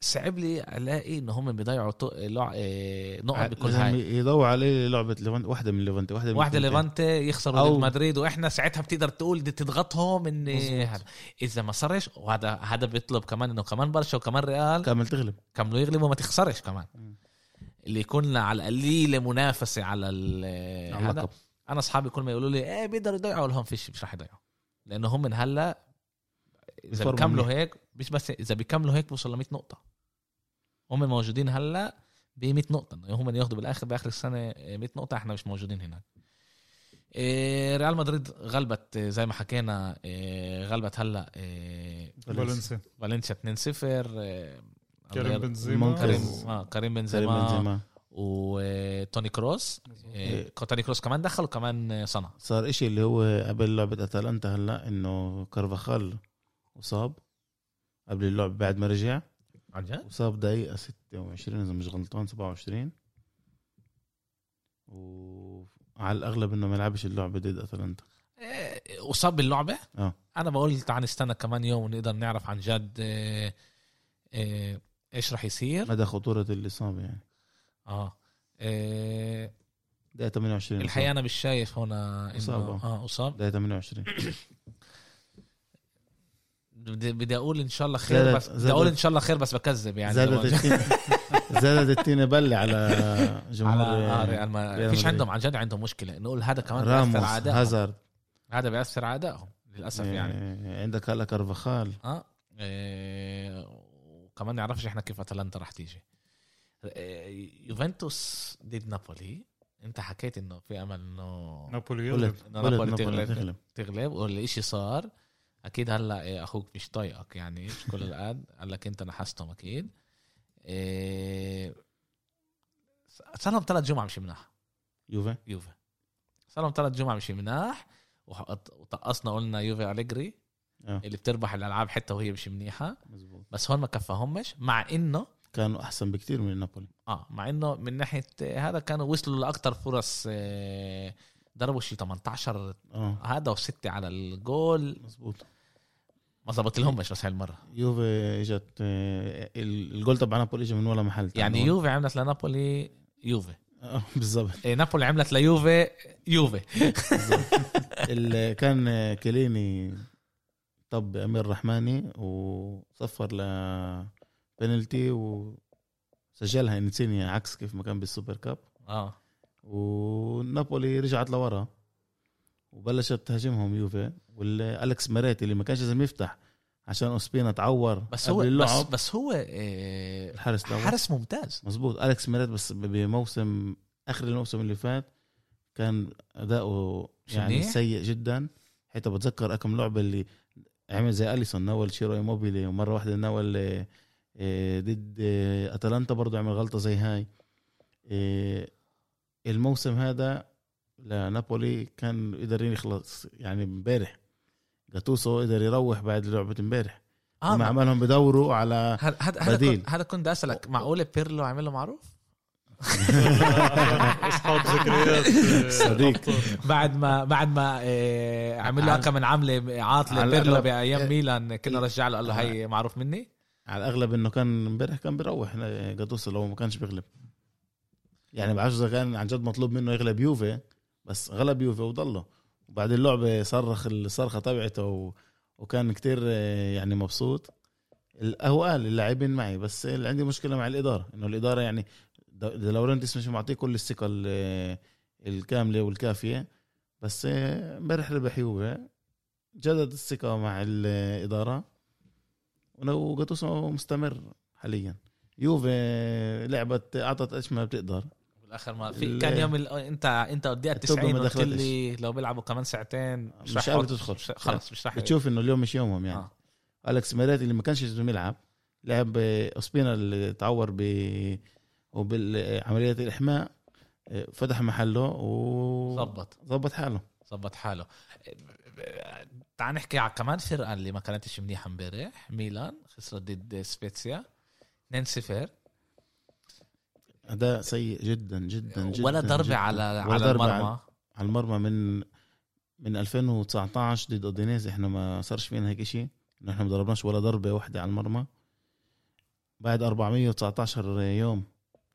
A: صعب لي الاقي ان هم بيضيعوا طو... لع... آه، نقط بكل
B: لازم
A: هاي
B: يضوي عليه لعبه ليفانتي واحده من ليفانتي واحده من
A: واحده
B: الثنتين.
A: ليفانتي يخسروا
B: أو-
A: ضد مدريد واحنا ساعتها بتقدر تقول دي تضغطهم ان
C: مظبوط.
A: إيه، هذا اذا ما صارش وهذا هذا بيطلب كمان انه كمان برشا وكمان ريال
B: كامل تغلب
A: كملوا يغلبوا ما تخسرش كمان
B: مم.
A: اللي يكون على القليله منافسه على ال-
B: على
A: إيه، هذا
B: اللقب.
A: انا اصحابي كل ما يقولوا لي ايه بيقدروا يضيعوا لهم فيش مش رح يضيعوا لانه هم من هلا اذا
B: بيفرموا
A: بيكملوا
B: منيح.
A: هيك مش بس اذا بيكملوا هيك بوصلوا ل 100 نقطه هم موجودين هلا ب 100 نقطه انه يعني هم ياخذوا بالاخر باخر السنه 100 نقطه احنا مش موجودين هناك إيه، ريال مدريد غلبت إيه، زي ما حكينا إيه، غلبت هلا إيه،
C: فالنسيا
A: فالنسيا 2-0 إيه،
C: كريم
A: غير-
C: بنزيما
A: كريم
B: بنزيما.
A: اه كريم
B: كريم
A: بنزيما
B: بنزيما
A: وتوني كروس إيه، توني كروس كمان دخل وكمان صنع
B: صار إشي اللي هو قبل لعبة أتلانتا هلا إنه كارفاخال أصاب قبل اللعب بعد ما رجع
A: عن جد؟
B: وصاب دقيقة 26 إذا مش غلطان 27 وعلى الأغلب إنه ما لعبش اللعبة ضد أتلانتا
A: إيه، اصاب باللعبه
B: آه.
A: انا بقول تعال نستنى كمان يوم ونقدر نعرف عن جد إيه، إيه، ايش رح يصير
B: مدى خطورة الإصابة يعني
A: اه إيه،
B: دقيقة 28
A: الحقيقه انا مش شايف هنا إنه-
B: أصاب.
A: اه اصاب
B: دقيقة 28
A: بدي بدي اقول ان شاء الله
B: زادت-
A: خير بس بدي اقول
B: زادت-
A: ان شاء الله خير بس بكذب يعني
B: زادت التينة- زادت التينة بلة على
A: على
B: جمهور
A: آه ريال ما
B: يعني. ريال
A: فيش
B: مدريد.
A: عندهم عن جد عندهم مشكله نقول هذا كمان
B: راموس
A: بياثر على ادائهم
B: هازارد
A: هذا بياثر على ادائهم للاسف يعني
B: يعني عندك هلا كارفاخال
A: اه إيه، وكمان نعرفش احنا كيف اتلانتا رح تيجي إيه، يوفنتوس ضد نابولي انت حكيت انه في امل انه
C: نابولي يغلب.
B: قلت
A: نابولي
B: قلت نابولي
A: تغلب.
B: تغلب
A: تغلب والشيء صار اكيد هلا إيه، اخوك مش طايقك يعني مش كل الاد قال لك انت نحستهم اكيد إيه، صار لهم ثلاث جمعه مش مناح
B: يوفي
A: يوفي صار لهم ثلاث جمعه مش مناح وحط- وطقسنا قلنا يوفي اليجري
B: آه.
A: اللي بتربح الالعاب حتى وهي مش منيحه
B: مزبوط
A: بس هون ما كفاهمش مع انه
B: كانوا احسن بكتير من نابولي
A: اه مع انه من ناحيه آه، هذا كانوا وصلوا لاكثر فرص آه، ضربوا شي 18
B: اه
A: هذا وستة على الجول
B: مزبوط
A: ما ظبط لهمش بس هالمره
B: يوفي اجت آه، ال- الجول تبع نابولي اجى من ولا محل
A: يعني
B: تعال.
A: يوفي عملت لنابولي يوفي
B: اه بالضبط
A: إيه نابولي عملت ليوفي يوفي
B: ال- كان آه، كليني طب امير رحماني وصفر ل بنالتي وسجلها انسيني عكس كيف ما كان بالسوبر كاب
A: اه
B: ونابولي رجعت لورا وبلشت تهاجمهم يوفي والالكس ماريتي اللي ما كانش لازم يفتح عشان اوسبينا تعور
A: بس هو
B: قبل
A: بس,
B: اللعب
A: بس هو إيه
B: الحارس تعور
A: حارس ممتاز
B: مزبوط الكس ماريتي بس بموسم اخر الموسم اللي فات كان اداؤه يعني
A: منيح.
B: سيء جدا حتى بتذكر كم لعبه اللي عمل زي اليسون ناول شيرو موبيلي ومره واحده ناول آه، آه، ضد آه، اتلانتا برضه عمل غلطه زي هاي آه، الموسم هذا لنابولي كان قدرين يخلص يعني امبارح جاتوسو قدر يروح بعد لعبه امبارح
A: اه
B: هم
A: ما-
B: عمالهم بدوروا على
A: هذا هذا- هذا
B: بديل.
A: كنت- هذا كنت بدي اسالك معقول بيرلو عامل له معروف؟
C: اصحاب ذكريات آه،
B: صديق.
C: أبطال.
A: بعد ما بعد ما إيه عمل له
B: على-
A: كم من عمله عاطله
B: على
A: بيرلو
B: الأغلب-
A: بايام
B: إيه. آه.
A: ميلان كنا رجع له قال له هي معروف مني
B: على الاغلب انه كان امبارح كان بيروح جاتوسو لو ما كانش بيغلب يعني بعرفش اذا كان عن جد مطلوب منه يغلب يوفي بس غلب يوفي وضله وبعد اللعبه صرخ الصرخه تبعته و... وكان كتير آه، يعني مبسوط ال- هو قال اللاعبين معي بس اللي عندي مشكله مع الاداره انه الاداره يعني لورنتس مش معطيه كل الثقه ال- الكامله والكافيه بس آه، امبارح ربح يوفي جدد الثقه مع الاداره ولو جاتوسو مستمر حاليا يوفي لعبت اعطت ايش ما بتقدر
A: بالاخر ما في
B: ال-
A: كان يوم ال... انت انت قد ايه
B: التوبة
A: 90
B: ما
A: قلت
B: دخلتش.
A: لي لو بيلعبوا كمان ساعتين
B: مش
A: رح
B: قادر
A: أقعد-
B: تدخل.
A: مش- خلص مش رح
B: بتشوف انه اليوم مش يومهم يعني
A: آه.
B: آه. الكس ميراتي اللي ما كانش لازم يلعب لعب آه، اوسبينا اللي تعور ب وبالعمليه الاحماء آه، فتح محله و
A: ظبط
B: ظبط حاله
A: ظبط حاله تعال نحكي على كمان فرقه اللي ما كانتش منيحه امبارح ميلان خسرت ضد سبيتسيا 2-0
B: اداء سيء جدا جدا جدا
A: ولا ضربه
B: جداً.
A: على
B: ولا
A: على
B: ضربة
A: المرمى
B: على المرمى من من 2019 ضد اودينيز احنا ما صارش فينا هيك شيء إنه احنا ما ضربناش ولا ضربه واحده على المرمى بعد 419 يوم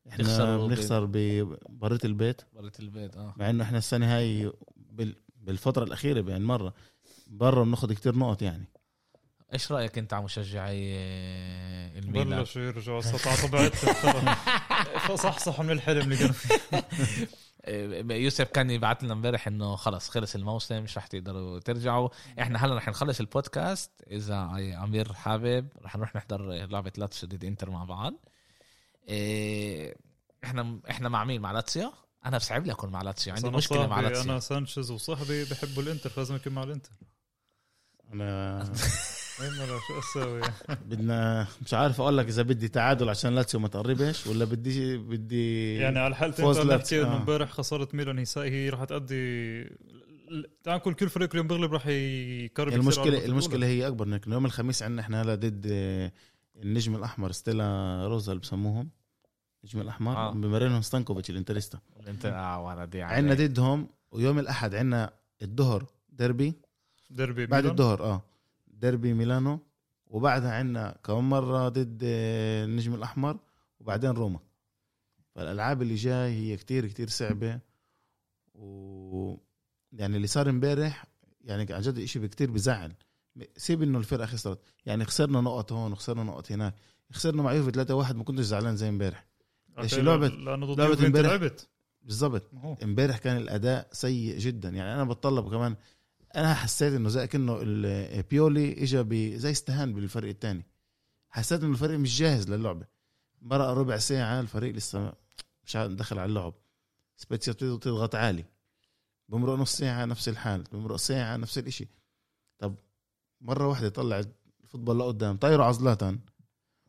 B: احنا
A: تخسروا
B: بنخسر ببرة البيت
A: برة البيت اه
B: مع انه احنا السنه هاي بال- بالفتره الاخيره بين مره برا بناخذ كتير نقط يعني
A: ايش رايك انت على مشجعي آه، الميلان
C: بلشوا يرجعوا استطاعوا طبيعتهم فصحصحوا من الحلم اللي كانوا فيه
A: آه، يوسف كان يبعت لنا امبارح انه خلص خلص الموسم مش رح تقدروا ترجعوا احنا هلا رح نخلص البودكاست اذا امير حابب رح نروح نحضر لعبه لاتش ضد انتر مع بعض آه، احنا احنا مع مين مع لاتسيا انا بصعب لي اكون مع لاتسيا عندي مشكله مع
C: صاحبي،
A: لاتسيا
C: انا سانشيز وصاحبي بحبوا الانتر لازم اكون مع الانتر
B: انا
C: وين ما أنا شو اسوي
B: بدنا مش عارف اقول لك اذا بدي تعادل عشان لاتسيو ما تقربش ولا بدي بدي
C: يعني على حالة
B: فوز
C: انتر
B: لاتس-
C: نحكي انه
B: آه.
C: امبارح خساره ميلان هي سا- هي راح تأدي تعال نقول كل فريق اليوم بيغلب راح يكرب كتير على
B: المشكله
C: البطولة.
B: المشكله هي اكبر انك يوم الخميس عندنا احنا هلا ضد آه، النجم الاحمر ستيلا روزا اللي بسموهم النجم الاحمر
A: آه.
B: آه. بمرنهم ستانكوفيتش الانتريستا
A: انت اه وانا دي عليك.
B: عندنا ضدهم ويوم الاحد عندنا الظهر ديربي
C: ديربي
B: بعد
C: ميلان.
B: الظهر اه ديربي ميلانو وبعدها عندنا كمان مره ضد آه، النجم الاحمر وبعدين روما فالالعاب اللي جاي هي كتير كتير صعبه و يعني اللي صار امبارح يعني عن جد شيء كتير بزعل سيب انه الفرقه خسرت يعني خسرنا نقط هون وخسرنا نقط هناك خسرنا مع يوفي 3-1 ما كنتش زعلان زي امبارح إيش
C: عشان
B: لعبة-
C: لانه ضد
B: لعبة
C: يوفي أنت
B: امبارح؟
C: لعبت
B: بالضبط
C: ما هو.
B: امبارح كان الاداء سيء جدا يعني انا بتطلب كمان انا حسيت انه زي كانه ال- بيولي اجى ب- زي استهان بالفريق الثاني حسيت انه الفريق مش جاهز للعبه مرق ربع ساعه الفريق لسه مش عارف دخل على اللعب سبيتسيا بتض- بتضغط عالي بمرق نص ساعه نفس الحال بمرق ساعه نفس الاشي طب مره واحده طلع الفوتبول لقدام طيروا على زلاتان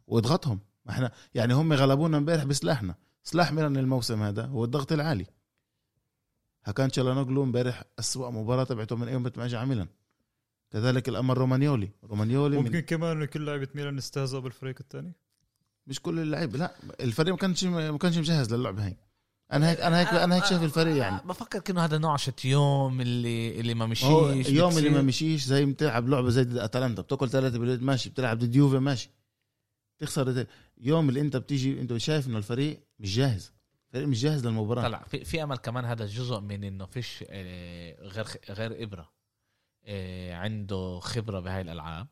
B: واضغطهم ما احنا يعني هم غلبونا امبارح بسلاحنا سلاح ميلان الموسم هذا هو الضغط العالي هكان تشالانوغلو امبارح أسوأ مباراة تبعته من يوم ما اجى على ميلان كذلك الأمر رومانيولي رومانيولي
C: ممكن
B: من
C: كمان إنه كل لعبه ميلان استهزأ بالفريق الثاني
B: مش كل اللعيبة لا الفريق ما كانش ما كانش مجهز للعبة هاي أنا هيك أنا هيك أنا هيك شايف الفريق يعني
A: آه، بفكر كأنه هذا نوع شت يوم اللي اللي ما مشيش
B: هو يوم اللي ما
A: بتصير.
B: مشيش زي بتلعب لعبه زي ضد اتلانتا بتاكل ثلاثه بالليل ماشي بتلعب ضد يوفي ماشي تخسر ت- يوم اللي انت بتيجي انت شايف انه الفريق مش جاهز الفريق مش جاهز للمباراه
A: طلع في, في امل كمان هذا جزء من انه فيش آه، غير غير ابره آه، عنده خبره بهاي الالعاب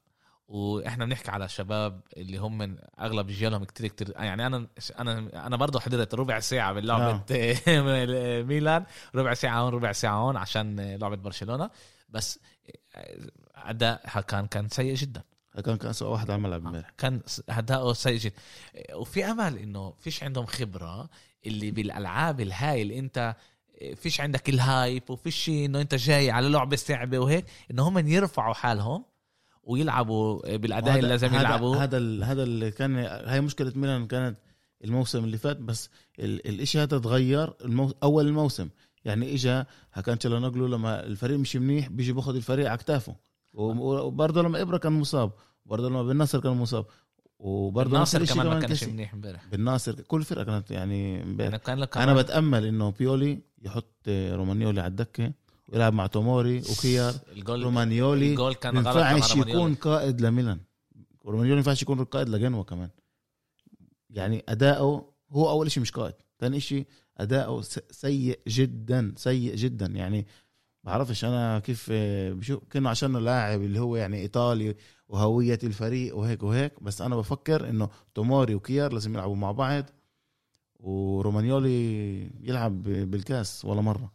A: واحنا بنحكي على شباب اللي هم من اغلب جيالهم كتير كتير يعني انا انا انا برضه حضرت ربع ساعه بلعبه ميلان ربع ساعه هون ربع ساعه هون عشان لعبه برشلونه بس اداء كان كان سيء جدا
B: هاي كان كان اسوء واحد على الملعب امبارح
A: كان اداؤه سيء جدا وفي امل انه فيش عندهم خبره اللي بالالعاب الهاي اللي انت فيش عندك الهايب وفيش انه انت جاي على لعبه صعبه وهيك انه هم يرفعوا حالهم ويلعبوا بالاداء اللي لازم
B: هذا-
A: يلعبوه
B: هذا ال- هذا اللي كان هاي مشكله ميلان كانت الموسم اللي فات بس ال- الاشي هذا تغير المو... اول الموسم يعني اجى هكان تشالانوغلو لما الفريق مش منيح بيجي باخذ الفريق على كتافه و- وبرضه لما ابره كان مصاب برضه لما بن نصر كان مصاب وبرضه نفس
A: ناصر
B: الشيء
A: كمان ما كانش
B: كيسي.
A: منيح امبارح
B: بن ناصر كل فرقه كانت يعني امبارح
A: انا كان لك
B: انا بتامل انه بيولي يحط رومانيولي على الدكه ويلعب مع توموري وكيار
A: الجول
B: رومانيولي
A: الجول كان غلط
B: ما ينفعش
A: طبعاً
B: يكون قائد لميلان رومانيولي ما ينفعش يكون قائد لجنوة كمان يعني اداؤه هو اول شيء مش قائد ثاني شيء اداؤه س- سيء جدا سيء جدا يعني بعرفش انا كيف آه، بشوف كانه عشان لاعب اللي هو يعني ايطالي وهويه الفريق وهيك وهيك بس انا بفكر انه توموري وكيار لازم يلعبوا مع بعض ورومانيولي يلعب ب- بالكاس ولا مره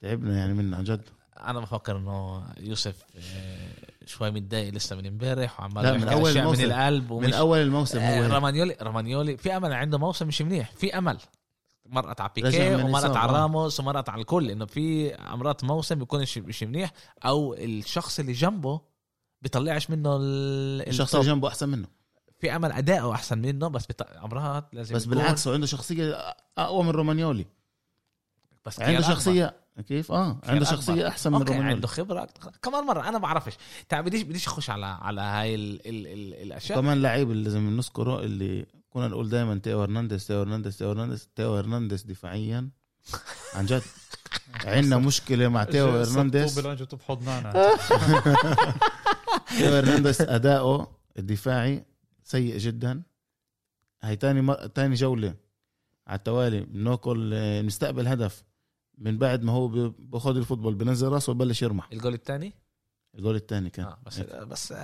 B: تعبنا يعني منه عن جد
A: انا بفكر انه يوسف آه، شوي متضايق لسه من امبارح وعمال
B: لا،
A: يحكي
B: من أول
A: أشياء من
B: الموسم.
A: القلب
B: من
A: ومش
B: اول الموسم هو
A: آه،
B: هيك.
A: رامانيولي رامانيولي في امل عنده موسم مش منيح في امل مرقت على بيكي
B: رجع من
A: ومرقت
B: الإصابة.
A: على راموس ومرقت على الكل انه في امرات موسم بيكونش مش منيح او الشخص اللي جنبه بيطلعش منه ال-
B: الشخص
A: الطب.
B: اللي جنبه احسن منه
A: في امل اداؤه احسن منه بس بط... امرات لازم
B: بس
A: يكون-
B: بالعكس هو عنده شخصيه اقوى من رومانيولي
A: بس
B: عنده
A: كيال أكبر.
B: شخصيه كيف اه
A: كتير
B: عنده
A: أكبر.
B: شخصيه احسن من
A: اوكي
B: رومانيولي
A: عنده خبره كمان مره انا بعرفش تعال بديش بديش اخش على على هاي ال... ال... ال... الاشياء
B: كمان لعيب اللي لازم نذكره اللي كنا نقول دائما تيو هرنانديز تيو هرنانديز تيو هرنانديز تيو هرنانديز دفاعيا عن جد عندنا مشكله مع تيو هرنانديز
C: بالعجب تبحض معنا
B: تيو هرنانديز اداؤه الدفاعي سيء جدا هي تاني مر... تاني جوله على التوالي بناكل آه، نستقبل هدف من بعد ما هو بي- بياخد الفوتبول بنزل راسه وبلش يرمح
A: الجول الثاني
B: الجول الثاني كان
A: اه بس بس آه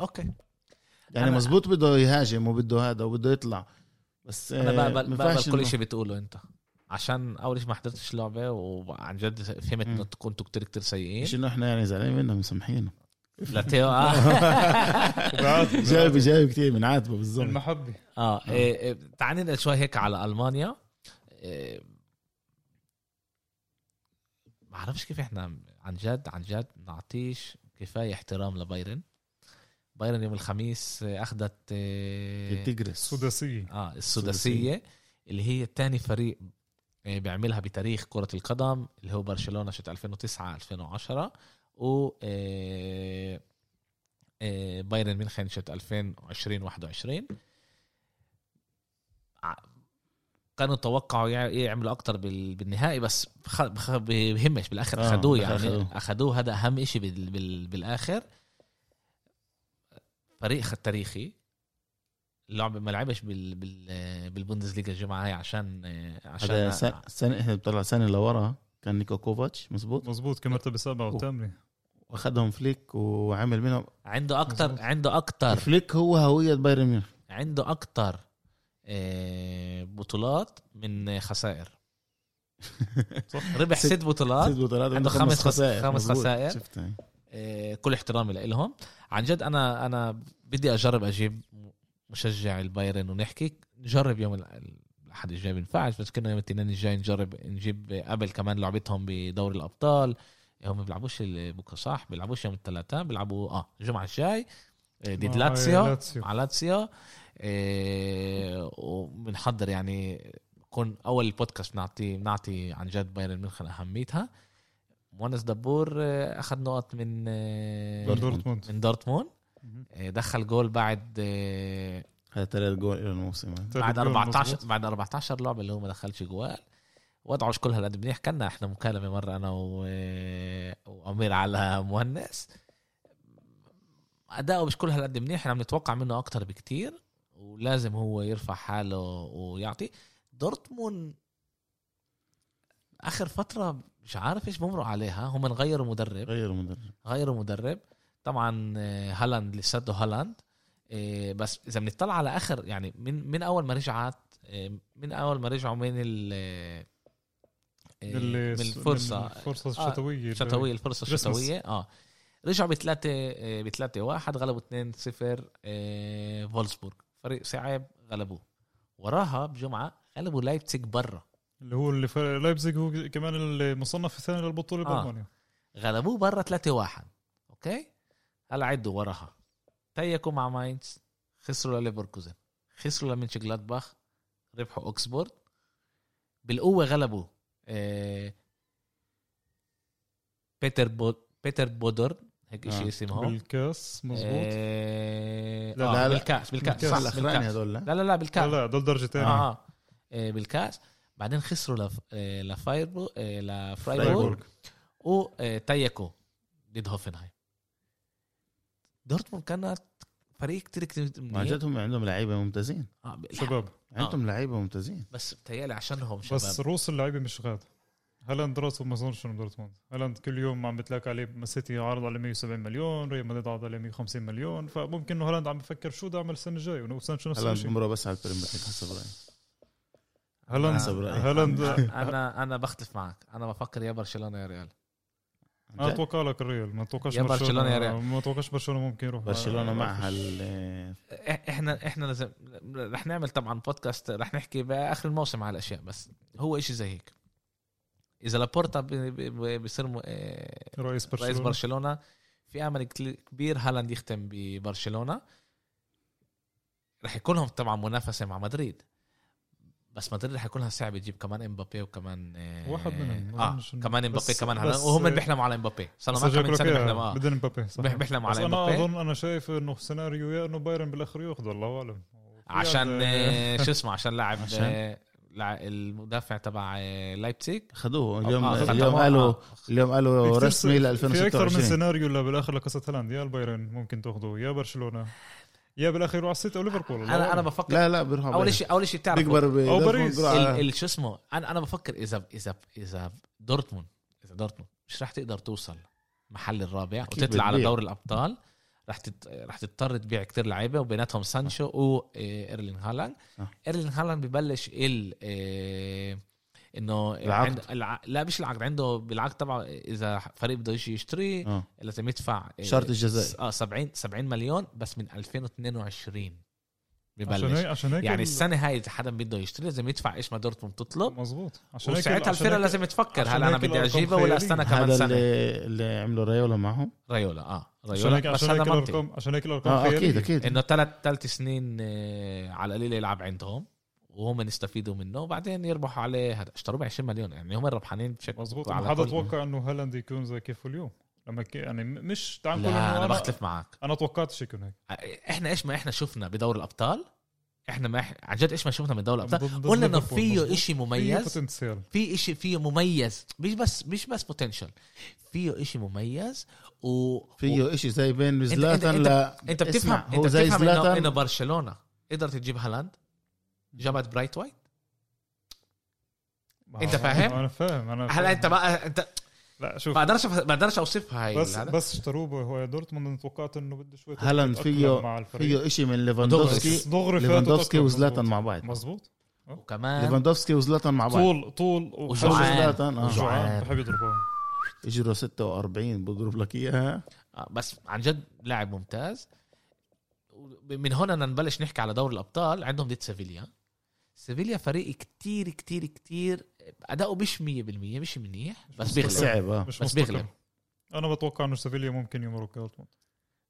A: اوكي
B: يعني
A: أنا-
B: مزبوط بده يهاجم وبده هذا وبده يطلع بس
A: انا
B: آه،
A: بقبل,
B: ما
A: بقبل
B: ينفعش
A: كل
B: إنه-
A: شيء بتقوله انت عشان اول شيء ما حضرتش اللعبه وعن جد فهمت
B: مم.
A: انه كنتوا كتير كتير سيئين
B: مش انه احنا يعني زعلانين منهم مسامحينه
A: لاتيو اه
B: جايب جايب كثير من عاتبه بالظبط
C: المحبه
A: اه إيه، إيه، تعال ننقل شوي هيك على المانيا إيه، بعرفش كيف احنا عن جد عن جد نعطيش كفايه احترام لبايرن بايرن يوم الخميس إيه، اخذت إيه،
B: التجرس
C: السداسيه
A: اه السداسيه اللي هي ثاني فريق آه، بيعملها بتاريخ كرة القدم اللي هو برشلونة شت 2009 2010 و آه، آه، بايرن ميونخن شت 2020 21 ع- كانوا توقعوا يع- يعملوا اكتر بال- بالنهائي بس بخ- بخ- بهمش بالاخر
B: آه،
A: اخذوه
B: بالآخر
A: يعني
B: أخدوه.
A: اخذوه هذا اهم شيء بال- بال- بالاخر فريق خ- تاريخي اللعبة ما لعبش بال بال بالبوندسليغا الجمعة هاي عشان آه، عشان
B: هذا سنة- سنه احنا بنطلع سنه لورا كان نيكو كوفاتش مزبوط
C: مزبوط كمرتبه سبعه وثامنه
B: واخذهم فليك وعمل منهم
A: عنده اكتر
C: مظبوط.
A: عنده اكتر
B: فليك هو هويه بايرن ميونخ
A: عنده اكتر آه، بطولات من خسائر ربح
B: ست-
A: ست بطولات
B: ست بطولات
A: عنده خمس خس- خمس
B: مزبوط.
A: خسائر.
B: شفت هاي.
A: آه، كل احترامي لهم عن جد انا انا بدي اجرب اجيب مشجع البايرن ونحكي نجرب يوم ال- الاحد الجاي بينفعش بس كنا يوم الاثنين الجاي نجرب نجيب قبل كمان لعبتهم بدوري الابطال هم ما بيلعبوش ال- بكره صح بيلعبوش يوم الثلاثاء بيلعبوا اه الجمعه الجاي آه، ضد
C: مع
A: لاتسيو
C: لاتسيو.
A: مع لاتسيو آه، وبنحضر يعني كون اول بودكاست بنعطي بنعطي عن جد بايرن ميونخ اهميتها مونس دبور آه، اخذ نقط من آه،
C: من دورتموند
A: من دورتموند آه، دخل جول بعد آه،
B: هذا ثلاث جول الى الموسم هاي.
C: تالت
A: بعد
C: جول
A: 14
C: مزبوط.
A: بعد 14 لعبه اللي هو ما دخلش جوال وضعوش كل هالقد منيح كنا احنا مكالمه مره انا و... وامير على مهندس اداؤه مش كل هالقد منيح احنا بنتوقع منه اكتر بكتير ولازم هو يرفع حاله ويعطي دورتموند اخر فتره مش عارف ايش بمروا عليها هم غيروا مدرب
B: غير مدرب
A: غيروا مدرب طبعا آه، هالاند لساته هالاند آه، بس اذا بنطلع على اخر يعني من من اول ما رجعت آه، من اول ما رجعوا من ال آه، آه،
C: اللي-
A: من الفرصه
C: الفرصه
A: آه،
C: الشتويه
A: الشتويه الفرصه
C: كريسمس.
A: الشتويه اه رجعوا بثلاثه آه، بثلاثه واحد غلبوا 2 0 فولسبورغ فريق صعب غلبوه وراها بجمعه غلبوا لايبتسيج برا
C: اللي هو اللي فرق لايبزيج هو كمان المصنف الثاني للبطوله
A: آه.
C: بالمانيا
A: غلبوه برا 3 1 اوكي هلا عدوا وراها تيكوا مع ماينز خسروا لليفركوزن خسروا لمنش جلادباخ ربحوا اوكسبورد بالقوه غلبوا آه، بيتر بود بيتر بودر هيك شيء
B: آه،
A: اسمه
C: بالكاس مزبوط
A: آه
C: لا،
A: آه،
B: لا، لا.
A: بالكاس بالكاس
C: بالكاس.
A: صح
B: الاخراني
A: بالكاس
B: هذول لا
A: لا لا لا بالكاس
C: لا لا دول درجه ثانيه
A: آه. آه، بالكاس بعدين خسروا لف... آه، لفايربو آه، لفرايبورغ
B: فرايبورغ.
A: وتيكو ضد هوفنهايم دورتموند كانت فريق كتير كتير
B: مع
A: منيح
B: جد هم عندهم لعيبه ممتازين
A: آه، ب-
C: شباب
B: عندهم لعيبه ممتازين
A: بس بتهيألي عشانهم شباب
C: بس رؤوس اللعيبه مش غاد هالاند راسه ما اظنش انه بدورتموند هالاند كل يوم عم بتلاقي عليه ما سيتي عارض على 170 مليون ريال مدريد عارض عليه 150 مليون فممكن انه هالاند عم بفكر شو بدي اعمل السنه الجايه ونفس السنه نفس
B: هلا
C: الشيء
B: عمره بس على البريمير ليج حسب رايي
C: هالاند
B: حسب رأيي.
C: هالاند
A: آه، انا انا بختلف معك انا بفكر يا برشلونه يا ريال
B: عن
C: انا
B: جد.
C: اتوقع لك الريال ما اتوقعش
A: يا برشلونة يا ريال.
C: ما اتوقعش برشلونه ممكن يروح آه،
B: برشلونه معها ال-
A: إح- احنا احنا لازم رح نعمل طبعا بودكاست رح نحكي باخر الموسم على الاشياء بس هو إشي زي هيك اذا لابورتا بي- بي- بي- بيصير م- آه،
C: رئيس
A: رئيس
C: برشلونه
A: برشلونه في امل كتل- كبير هالاند يختم ببرشلونه رح يكون لهم طبعا منافسه مع مدريد بس مدريد رح يكون لها صعب يجيب كمان امبابي وكمان آه،
C: واحد منهم. ما
A: اه
C: أظنش إنه-
A: كمان امبابي
C: بس-
A: كمان
C: بس-
A: هالاند وهم بيحلموا على امبابي صار لهم
C: بس
A: أكثر من
C: شكله
A: سنه
C: كده
A: بيحلموا اه
C: بدنا مبابي صح
A: بيح- بيحلموا
C: بس
A: على
C: انا
A: امبابي
C: اظن انا شايف انه سيناريو يا انه بايرن بالاخر ياخذ الله اعلم وفي
A: عشان
C: عد-
A: آه، شو اسمه عشان لاعب
B: عشان؟
A: آه، لع- المدافع تبع آه، لايبزيج
B: خدوه اليوم
A: آه، خدوه.
B: اليوم
A: آه.
B: قالوا اليوم
C: في
B: قالوا
C: كتير-
B: رسمي ل
C: في اكثر من
B: 2026
C: سيناريو اللي بالاخر لقصه هالاند يا البايرن ممكن تاخذه يا برشلونه يا بالاخر يروح على السيتي او ليفربول الله
A: انا انا
C: أعلم.
A: بفكر
B: لا لا بيروحوا
A: اول شيء اول شيء تعرف
B: بيكبر ب-
C: أو باريس.
B: بيروح على-
A: ال- ال- شو اسمه انا انا بفكر اذا اذا اذا دورتموند اذا دورتموند مش رح تقدر توصل محل الرابع
B: أكيد
A: وتطلع على
B: بتبيع.
A: دوري الابطال رح تت... رح تضطر تبيع كتير لعيبه وبيناتهم
B: آه.
A: سانشو وايرلين هالاند
B: صح.
A: ايرلين هالاند ببلش ال إيه، انه
B: العقد.
A: عند- الع... لا مش العقد عنده بالعقد تبعه اذا فريق بده يجي يشتريه
B: اه
A: لازم يدفع إيه،
B: شرط الجزائي.
A: س- اه 70 70 مليون بس من 2022
C: عشان هيك
A: ببلش
C: عشان هيك
A: يعني
C: ال-
A: السنه هاي اذا حدا بده يشتري لازم يدفع ايش ما دورتموند تطلب
C: مزبوط عشان هيك
A: وساعتها
C: عشان
A: الفرقه
C: هيك-
A: لازم تفكر
C: عشان
A: هل انا
C: هيك
A: بدي
C: الأرقام
A: اجيبه ولا
C: خيالية.
A: استنى كمان
B: هذا
A: سنه
B: اللي, اللي عملوا ريولا معهم
A: ريولا اه
C: عشان هيك
A: ريولا بس
C: عشان
A: هذا
C: هيك
A: منطقي
C: الارقام عشان هيك الارقام
B: اه
C: خيالية.
B: اكيد اكيد
A: انه ثلاث ثلاث سنين آه، على القليل يلعب عندهم وهم يستفيدوا منه وبعدين يربحوا عليه هذا اشتروه ب 20 مليون يعني هم ربحانين بشكل
C: مزبوط
A: على
C: حدا
A: كل-
C: توقع انه هالاند يكون زي كيف اليوم لما ك... يعني م- مش تعال نقول
A: لا
C: إنه
A: انا
C: أنا-
A: بختلف معك
C: انا توقعتش يكون هيك
A: احنا ايش ما احنا شفنا بدور الابطال احنا ما إح- عن جد ايش ما شفنا من دوري الابطال
C: ضد- ضد
A: قلنا انه
C: ليفربول، مزبوط.
A: فيه اشي
C: فيه
A: مميز
C: بوتنسيال
A: في اشي فيه مميز مش بس مش بس بوتنشال فيه اشي مميز و و-
B: فيه شيء زي بين
A: أنت-
B: زلاتان
A: أنت-
B: لا
A: انت بتفهم
B: اسمع،
A: انت
B: هو زي
A: بتفهم انه,
B: زلاتان.
A: إنه برشلونه قدرت تجيب هالاند جابت برايت وايت أنت فاهم؟
C: انا فاهم انا فاهم.
A: هلا انت بقى انت
C: لا شوف
A: ما بقدرش ما بقدرش اوصفها هاي
C: بس
A: هذا.
C: بس اشتروه هو دورتموند انا توقعت انه بده شوي
B: هالاند
C: يتأقلم
B: فيه-
C: مع الفريق
B: فيه شيء من
C: بس
B: ليفاندوفسكي
C: دغري فاته
B: طيب. ليفاندوفسكي
C: تأقلم،
B: وزلاتان
C: مزبوط.
B: مع بعض
C: مزبوط
A: وكمان
B: ليفاندوفسكي وزلاتان مع بعض
C: طول طول
A: وجوعان.
C: وحجم.
B: زلاتان اه
A: وجوعان.
C: جوعان بحب يضربوها
B: آه. اجروا 46 بضرب لك اياها
A: آه، بس عن جد لاعب ممتاز من هون بدنا نبلش نحكي على دوري الابطال عندهم ضد سيفيليا سيفيليا فريق كتير كتير كتير اداؤه مش 100% مش منيح بس بيغلب
B: صعب اه
C: مش
A: بس
C: مستقر.
A: بيغلب.
C: انا بتوقع انه سيفيليا ممكن يمرق دورتموند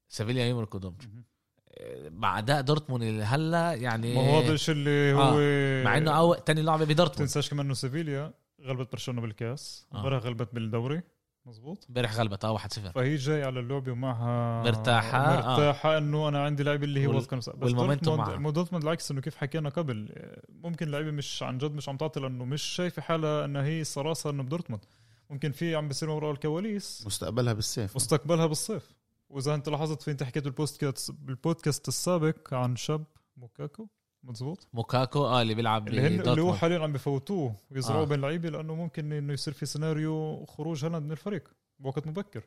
A: سيفيليا يمرق دورتموند
C: مهم.
A: آه، مع اداء دورتموند اللي هلا
B: إيه.
A: يعني
C: ما هو هذا الشيء اللي
A: آه.
C: هو
A: مع انه اول تاني لعبه بدورتموند
C: تنساش كمان انه سيفيليا غلبت برشلونه بالكاس
A: آه.
C: امبارح غلبت بالدوري مزبوط
A: امبارح غلبت اه 1-0
C: فهي جاي على اللعبه ومعها
A: مرتاحة، آه.
C: مرتاحه انه انا عندي لعيبه اللي هي
A: وال-
C: واثقه نفسها. بس
A: والمومنتوم
C: دورتموند-
A: معها.
C: مو دورتموند العكس انه كيف حكينا قبل ممكن لعيبه مش عن جد مش عم تعطي لانه مش شايفه حالها انها هي صراسه انه بدورتموند ممكن في عم بيصير وراء الكواليس
B: مستقبلها بالسيف
C: مستقبلها بالصيف واذا انت لاحظت في انت حكيت بالبودكاست بالبودكاست السابق عن شاب موكاكو مزبوط
A: موكاكو اه اللي بيلعب
C: اللي هن اللي هو
A: بدورتموند
C: حاليا عم بفوتوه ويزرعوه
A: آه.
C: بين لعيبه لانه ممكن انه يصير في سيناريو خروج هالاند من الفريق بوقت مبكر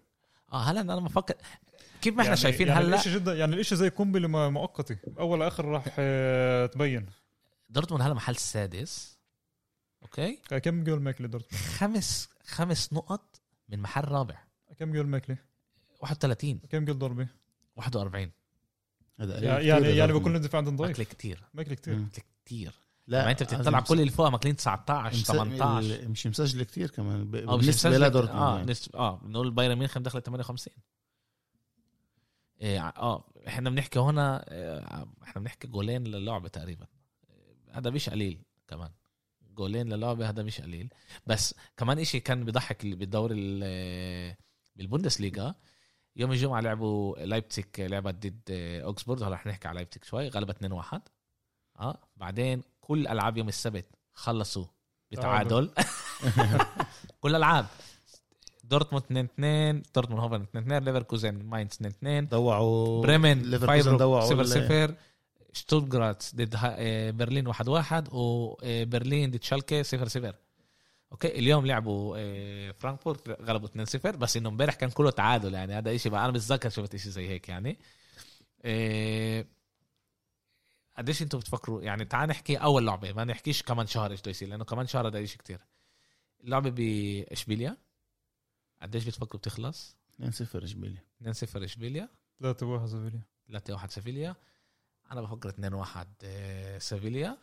A: اه هلا انا مفكر كيف ما احنا
C: يعني-
A: شايفين
C: يعني
A: هلا
C: الاشي جدا يعني الاشي زي قنبله ما- مؤقته اول لاخر راح آه، تبين
A: دورتموند هلا محل السادس اوكي
C: كم جول ماكلي دورتموند
A: خمس خمس نقط من محل رابع
C: كم جول ماكلي
A: 31
C: كم جول ضربه
A: 41
B: هذا قليل
C: يعني
B: كتير
C: يعني, يعني
B: لدورتموند.
C: بكل الدفاع عندهم ضعيف
A: ماكلة كتير
C: ماكلي كثير
B: مم.
A: ماكلة كتير
B: لا
A: ما انت يعني بتطلع
B: هذا
A: كل اللي فوقها ماكلين 19
B: مس-
A: 18
B: ال- مش مسجل كتير كمان ب-
A: اه مش
B: بالنسبه
A: مسجل-
B: لها
A: اه
B: دورتموند يعني.
A: نسبة اه بنقول بايرن ميونخ دخلت 58 إيه، اه احنا بنحكي هنا آه، احنا بنحكي جولين للعبه تقريبا آه، هذا مش قليل كمان جولين للعبه هذا مش قليل بس كمان إشي كان بيضحك اللي بالدوري ال- بالبوندسليغا يوم الجمعه لعبوا لايبتيك لعبت ضد آه، اوكسبورد هلا رح نحكي على لايبتيك شوي غلبت 2-1 اه بعدين كل العاب يوم السبت خلصوا بتعادل كل العاب دورتموند 2 2 دورتموند هوفن 2 2 ليفركوزن ماينز 2 2
B: ضوعوا
A: بريمن
B: ليفركوزن
A: فايبروك
B: ضوعوا
A: 0
B: ال-
A: 0 شتوتغارت ضد ها- آه، برلين 1 1 وبرلين آه، ضد شالكه 0 0 اوكي اليوم لعبوا آه، فرانكفورت غلبوا 2 0 بس انه امبارح كان كله تعادل يعني هذا شيء بقى انا بتذكر شفت شيء زي هيك يعني آه، قديش انتم بتفكروا يعني تعال نحكي اول لعبه ما نحكيش كمان شهر ايش بده يصير لانه كمان شهر هذا شيء كتير اللعبه باشبيليا قديش بتفكروا بتخلص
B: 2-0 اشبيليا
A: 2 0 اشبيليا
C: 3 1 سيفيليا
A: 3 1 سيفيليا انا بفكر آه، 2 1 سيفيليا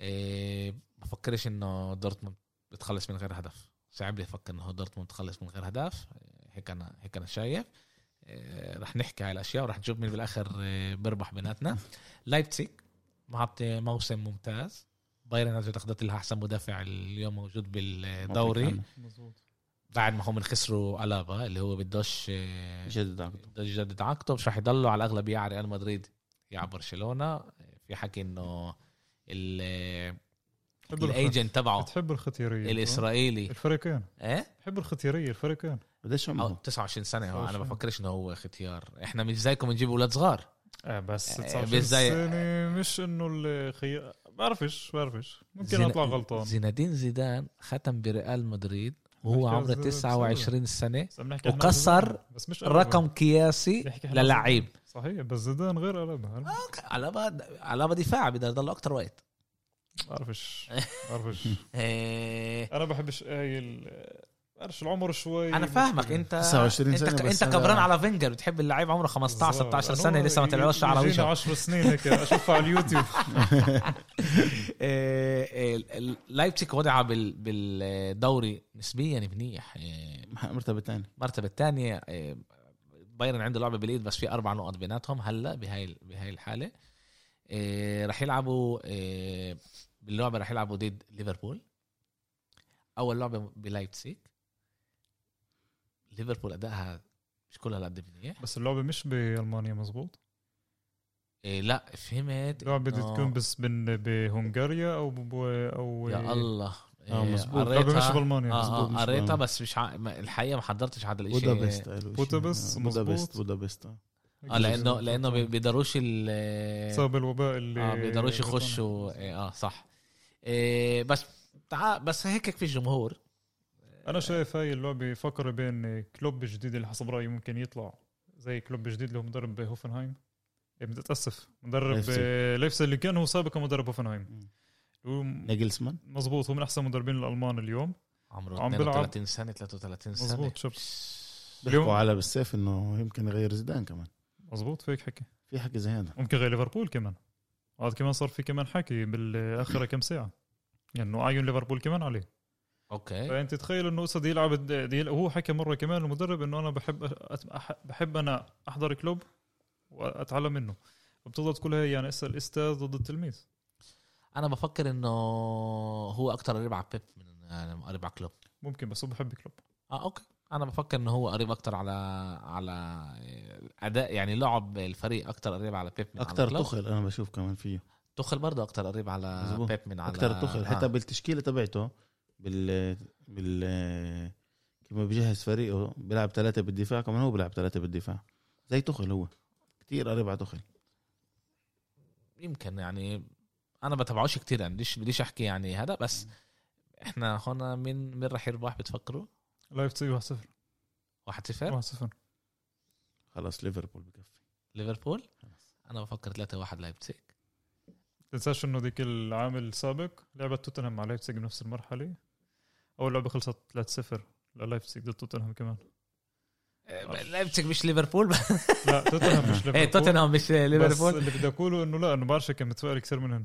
A: إيه، بفكرش انه دورتموند بتخلص من غير هدف صعب لي افكر انه دورتموند بتخلص من غير هدف إيه، هيك انا هيك انا شايف إيه، رح نحكي على الاشياء ورح نشوف مين بالاخر إيه، بيربح بيناتنا لايبتسيج معطي موسم ممتاز بايرن اجت اخذت لها احسن مدافع اليوم موجود بالدوري
B: مبروك
C: مزبوط
A: بعد ما هم خسروا الابا اللي هو بدوش إيه،
B: عنه. جدد عقده
A: بده يجدد عقده مش رح يضلوا على الاغلبيه على ريال مدريد يا على برشلونه في حكي انه ال-
C: بحبوا الخ-
A: الايجنت تبعه
C: بتحب الختياريه
A: الاسرائيلي
C: الفريقين
A: ايه
C: بحب الختياريه الفريقين
B: قديش
A: أو
B: عمره؟
A: 29 سنه هو انا
C: 29.
A: بفكرش انه هو اختيار احنا مش زيكم نجيب اولاد صغار
C: آه بس
A: آه،
C: 29
A: بس زي-
C: سنه مش انه الخيار بعرفش بعرفش ممكن
A: زين-
C: اطلع غلطان
A: زينادين زيدان ختم بريال مدريد وهو
C: مركز
A: عمره 29 سنه
C: بس عم نحكي عن
A: وكسر
C: زيدان. بس مش ألابا.
A: رقم قياسي
C: نحكي عن
A: للعيب
C: صحيح بس زيدان غير قلبها
A: على بعد على بعد دفاع بده يضل اكثر وقت
C: بعرفش بعرفش
A: إيه.
C: انا بحبش هاي ال- بعرفش العمر شوي
A: انا فاهمك انت
B: 29 سنة
A: انت
B: بس
A: انت
B: أنا-
A: كبران على فينجر بتحب اللعيب عمره 15 16 سنه لسه ما طلعلوش شعر على
C: وجهه
A: وشه
C: 10 سنين هيك اشوفها على اليوتيوب
A: إيه، ال- ال- لايبتيك وضع بال- بالدوري نسبيا منيح إيه،
B: مرتبة تاني
A: المرتبه الثانيه آه، بايرن عنده لعبه بالايد بس في اربع نقط بيناتهم هلا بهاي بهاي الحاله إيه، رح يلعبوا إيه، باللعبه رح يلعبوا ضد ليفربول اول لعبه بلايبسيك ليفربول ادائها مش كلها قد منيح
C: بس اللعبه مش بالمانيا مزبوط
A: إيه، لا فهمت
C: اللعبه بدها
A: إنه-
C: تكون بس بن- بهنغاريا او ب- او
A: يا الله
B: آه،
A: إيه،
B: مزبوط.
C: اللعبه مش
A: قريتها
C: بالمانيا
A: آه،
C: مزبوط.
A: آه،
B: مزبوط، مش
A: قريتها
B: بالمانيا.
A: بس مش ع... ما- الحقيقه ما حضرتش هذا الشيء
B: بودابست قالوا شيء.
C: بودابست،
B: آه،
C: مزبوط.
B: بودابست بودابست آه.
A: اه لانه لانه بي- بيقدروش ال
C: بسبب الوباء اللي
A: اه بيقدروش يخشوا
C: إيه.
A: إيه، اه صح إيه بس تع... بس هيك في جمهور
C: انا شايف هاي اللعبه فقره بين كلوب جديد اللي حسب رايي ممكن يطلع زي كلوب جديد اللي هو مدرب بهوفنهايم إيه، بدي اتاسف مدرب
B: ليفسيج.
C: آه، ليفسيج اللي كان هو سابقا مدرب
B: مم.
C: هوفنهايم هو م-
B: ناجلسمان
C: مزبوط هو من احسن المدربين الالمان اليوم
A: عمره
C: عم
A: 32 سنه 33 سنه
C: مزبوط، شوف. اليوم-
B: بيحكوا على بالسيف انه يمكن يغير زيدان كمان
C: مزبوط فيك حكي
B: في حكي زي هذا
C: ممكن غير ليفربول كمان هذا كمان صار في كمان حكي بالاخر كم ساعه يعني انه عيون ليفربول كمان عليه
A: اوكي
C: فانت تخيل انه قصد يلعب الد- دي هو حكى مره كمان المدرب انه انا بحب أت- أح- بحب انا احضر كلوب واتعلم منه بتفضل تقول هي يعني اسا الاستاذ ضد التلميذ
A: انا بفكر انه هو اكتر قريب على بيب من آه، قريب على كلوب
C: ممكن بس هو بحب كلوب
A: اه اوكي انا بفكر انه هو قريب اكتر على على اداء يعني لعب الفريق اكتر قريب على بيب من
B: اكثر
A: على كلوب.
B: تخل انا بشوف كمان فيه
A: تخل برضه اكتر قريب على
B: مظبوط.
A: بيب من على
B: اكثر تخل حتى
A: آه.
B: بالتشكيله تبعته بال بال كما بجهز فريقه بيلعب ثلاثه بالدفاع كمان هو بيلعب ثلاثه بالدفاع زي تخل هو كثير قريب على تخل
A: يمكن يعني انا بتابعوش كتير يعني بديش بديش احكي يعني هذا بس احنا هنا مين مين رح يربح بتفكروا؟
C: لايبسيج 1 0
A: واحد صفر
C: 1 0
B: خلاص ليفربول بكفي
A: ليفربول
B: خلاص.
A: انا بفكر 3 1 لايبزيج
C: تنساش انه ذيك العام السابق لعبت توتنهام مع لايبسيج بنفس المرحله اول لعبه خلصت 3 0 للايبسيج ضد توتنهام كمان
A: لايبزيج إيه، مش ليفربول
C: لا توتنهام مش
A: ايه
C: ليفربول
A: توتنهام مش
C: بس
A: ليفربول
C: اللي بدي اقوله انه لا انا بعرفش كان متفائل كثير منهم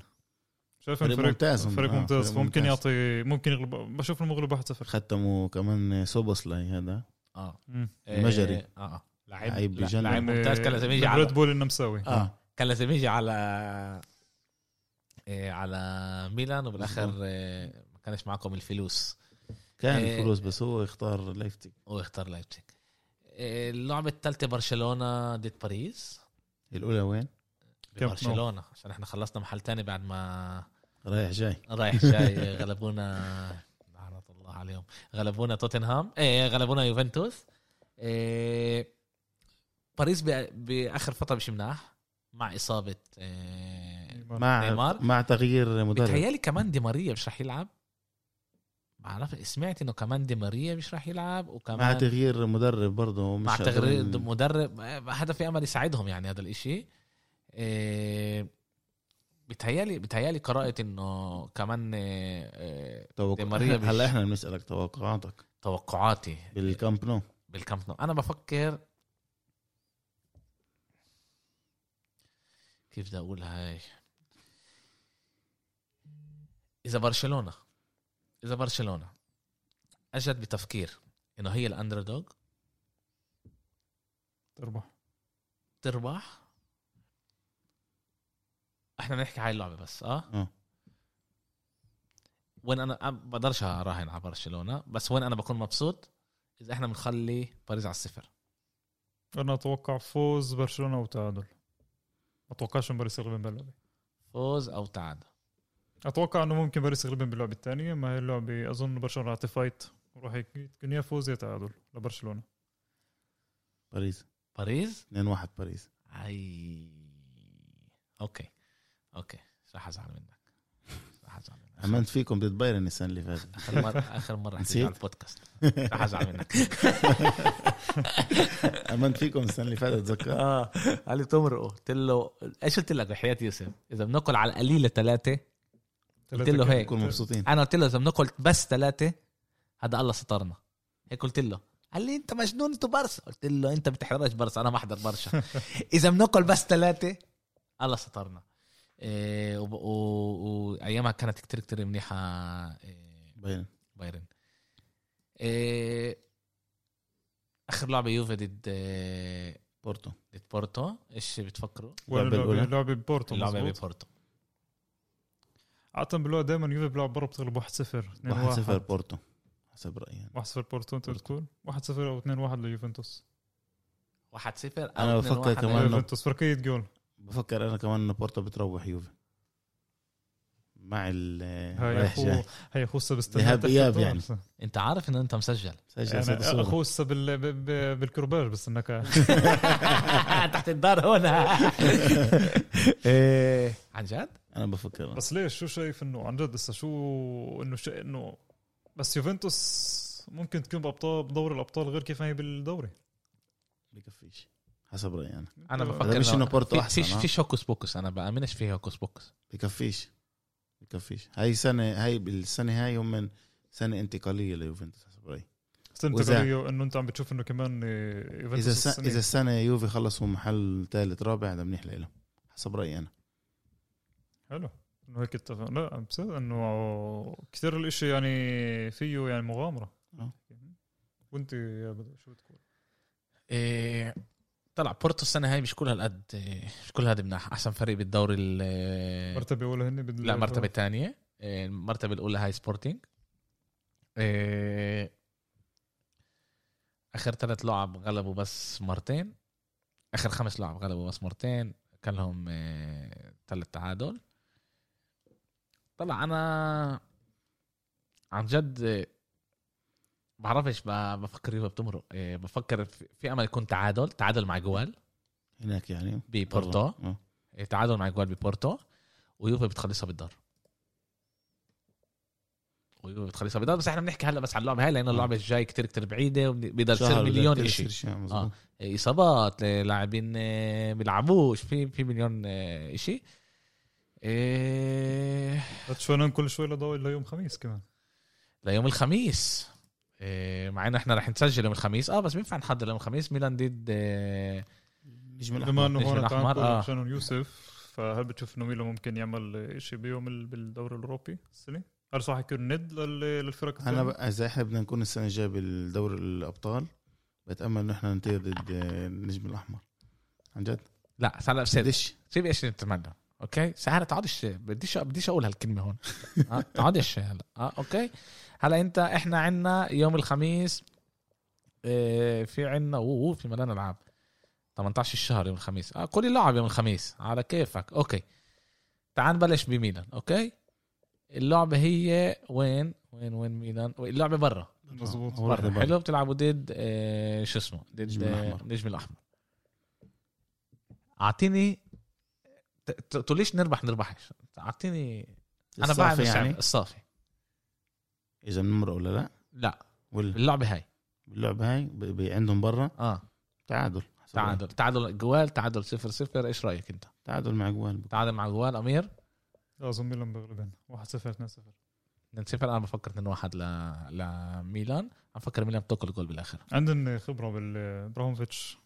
C: شايف
B: فريق
C: الفريق
B: ممتاز هم.
C: فريق
B: آه،
C: ممتاز
B: فريق
C: ممكن
B: ممتاز.
C: يعطي ممكن يغلب بشوف انه مغلوب 1-0
B: ختموا كمان سوبوسلاي هذا
A: اه
C: مم.
B: المجري.
A: إيه، اه آه.
B: لعيب
A: لعيب لا-
B: بجنن.
C: يعني
A: لعيب يعني ممتاز كان لازم يجي على
C: ريد بول النمساوي
A: اه كان لازم يجي على إيه على ميلان وبالاخر إيه ما كانش معكم الفلوس إيه.
B: كان فلوس بس هو اختار لايفتي
A: واختار لايبزيج إيه، اللعبه الثالثه برشلونه ضد باريس
B: الاولى وين
C: كم؟
A: برشلونه عشان احنا خلصنا محل تاني بعد ما
B: رايح جاي
A: رايح جاي غلبونا لعنة الله عليهم غلبونا توتنهام ايه غلبونا يوفنتوس إيه باريس بأ- باخر فتره مش مناح مع اصابه
C: يعني
A: إيه
B: مع
A: نيمار.
B: مع تغيير مدرب
A: بتهيألي كمان دي ماريا مش راح يلعب بعرف سمعت انه كمان دي ماريا مش راح يلعب
B: مع
A: وكمان
B: تغيير مدرب برضه مش
A: مع تغيير
B: قادرين-
A: مدرب هذا في امل يساعدهم يعني هذا الاشي إيه بتهيألي بتهيألي قراءة انه كمان إيه، إيه، دي
B: توقع
A: ماريا
B: هلا
A: مش-
B: احنا بنسالك توقعاتك
A: توقعاتي
B: بالكامب نو
A: بالكامب نو انا بفكر كيف بدي اقول هاي اذا برشلونه اذا برشلونه اجت بتفكير انه هي الاندر دوغ
C: تربح
A: تربح احنا بنحكي هاي اللعبه بس اه
B: آه.
A: وين انا أنا بقدرش اراهن على برشلونه بس وين انا بكون مبسوط اذا احنا بنخلي باريس على الصفر
C: انا اتوقع فوز برشلونه او تعادل ما اتوقعش انه باريس يغلبهم باللعبه
A: فوز او تعادل
C: اتوقع انه ممكن باريس يغلبهم باللعبه الثانيه ما هي اللعبه اظن برشلونه راح تفايت وراح يكون يا فوز يا تعادل لبرشلونه
B: باريس
A: باريس
B: 2 1 باريس
A: اي اوكي اوكي مش رح ازعل منك مش رح ازعل منك
B: عملت فيكم ضد بايرن السنه اللي فاتت
A: اخر مره اخر مره حكيت
B: نسيت؟
A: على البودكاست رح ازعل منك
B: امنت فيكم السنه اللي فاتت اتذكر
A: اه قال لي تمرقوا قلت له ايش قلت لك بحياه يوسف اذا بناكل على القليله ثلاثه قلت له هيك
B: نكون مبسوطين
A: انا قلت له اذا بدنا قلت بس ثلاثه هذا الله سترنا هيك قلت له قال لي انت مجنون انت برشا قلت له انت بتحضرش برشا انا بحضر برشا اذا بناكل بس ثلاثه الله سترنا إيه وب- و- وايامها كانت كتير كتير منيحه إيه
B: باين
A: بايرن إيه اخر لعبه يوفي ضد إيه،
B: بورتو
A: ضد بورتو ايش بتفكروا؟
B: اللعبة الأولى.
C: لعبه بورتو
A: اللعبه
C: مظبوط
A: ببورتو
C: عادة بيقولوا دائما يوفي بيلعب برا بتغلب 1 0
B: 1 0
C: 1
B: بورتو حسب يعني. رايي أنا.
C: 0 بورتو انت بتقول 1 0 او 2 1 ليوفنتوس
A: 1-0 أو
B: أنا بفكر
A: 2-1.
B: كمان إنه-
C: يوفنتوس فرقيه جول
B: بفكر انا كمان انه بورتو بتروح يوفي مع ال
C: هاي
B: رايح
C: اخوه
B: جاي
C: هاي اخوه هسه بستنى
B: ذهاب
C: تحت
B: إياب
C: الدور.
B: يعني.
A: انت عارف انه انت مسجل
B: سجل
C: انا
B: صدق
C: اخوه هسه بال... ب- ب- بالكرباج بستناك
A: تحت الدار هنا
B: ايه
A: عن جد؟
B: انا بفكر
C: بس ليش شو شايف انه عن جد هسه شو انه شيء انه بس يوفنتوس ممكن تكون بابطال بدور الابطال غير كيف هي بالدوري
B: بكفيش حسب رايي انا
A: انا
C: أنت-
A: بفكر
B: آه، مش إنه بورتو
A: في-
B: أحسن، آه.
A: فيش
B: ها؟
A: فيش هوكس بوكس انا بامنش في هوكس بوكس
B: بكفيش بكفيش هاي سنه هاي بالسنه هاي هم من سنه انتقاليه ليوفنتوس حسب رايي
C: بس انت
B: وإذا-
C: غريب انه انت عم بتشوف انه كمان إيه، يوفنتوس
B: اذا السنة
C: السنة-
B: اذا السنه يوفي خلصوا محل ثالث رابع هذا منيح لإلهم حسب رايي انا
C: حلو انه هيك اتفق لا بس انه كثير الاشي يعني فيه يعني مغامره
B: آه.
C: وانت يا بدر شو بتقول؟
A: إيه، طلع بورتو السنه هاي مش كلها هالقد إيه، مش كلها هالقد مناح احسن فريق بالدوري ال-
C: مرتبه ولا هن بال-
A: لا مرتبة تانية إيه، المرتبة الأولى هاي سبورتينج إيه، آخر ثلاث لعب غلبوا بس مرتين آخر خمس لعب غلبوا بس مرتين كان لهم إيه، ثلاث تعادل طلع أنا عن جد إيه، بعرفش ب- بفكر يوفي بتمرق إيه، بفكر في- في أمل يكون تعادل تعادل مع جوال
B: هناك يعني
A: ببورتو
B: آه.
A: إيه، تعادل مع جوال ببورتو ويوفي بتخلصها بالدار ويوفي بتخلصها بالدار بس احنا بنحكي هلا بس عن اللعبه هاي لانه اللعبه الجاي كتير كتير بعيده وبيقدر يصير
B: شهر
A: مليون
B: بدك
A: شيء
B: تصير شيء مظبوط.
A: آه. إيه، اصابات إيه، لاعبين إيه، بيلعبوش في في مليون آه، شيء إيه
C: هاد شوي ننام كل شوي لضوء ليوم خميس كمان
A: ليوم الخميس إيه، مع انه احنا رح نسجل يوم الخميس اه بس بينفع نحضر يوم الخميس ميلان ضد إيه،
B: نجم الأحمر.
C: بما انه هون
A: نجم
C: تعال
A: الأحمر،
C: نقول
A: آه.
C: عشان يوسف فهل بتشوف انه ميلو ممكن يعمل شيء بيوم ال- بالدوري الاوروبي السنه؟ هل صح يكون ند لل- للفرق
B: انا
C: الثانيه؟
B: ب... اذا احنا بدنا نكون السنه الجايه بالدوري الابطال بتامل انه احنا ننتهي ضد آه، النجم الاحمر عن جد
A: لا هلا بصير
B: ليش
A: سيب ايش نتمنى اوكي سهرة تقعدش بديش بديش اقول هالكلمه هون اه تقعدش هلا اه اوكي هلا انت احنا عنا يوم الخميس اه في عنا اوه في ملان العاب 18 الشهر يوم الخميس اه كل اللعب يوم الخميس على كيفك اوكي تعال نبلش بميلان اوكي اللعبه هي وين وين وين ميلان اللعبه برا
C: مزبوط.
B: أول
A: برا
B: وحدة برا.
A: حلو بتلعبوا ضد آه، شو اسمه ضد
B: نجم
A: آه،
B: الأحمر.
A: نجم الاحمر اعطيني ت- ت- تقوليش نربح نربحش اعطيني انا بعمل
B: الصافي
A: يعني الصافي
B: اذا بنمرق ولا لا
A: لا
B: ولا
A: اللعبه هاي
B: باللعبه هاي ب... ب... عندهم برا
A: اه
B: تعادل حسب رأيي.
A: تعادل تعادل جوال تعادل صفر صفر ايش رايك انت
B: تعادل مع جوال
A: تعادل مع جوال امير
C: اظن ميلان بغلبين 1 0 2 0
A: 2 0 انا بفكر 2 1 ل... لميلان عم فكر ميلان بتاكل جول بالاخر
C: عندهم خبره بالابراهيموفيتش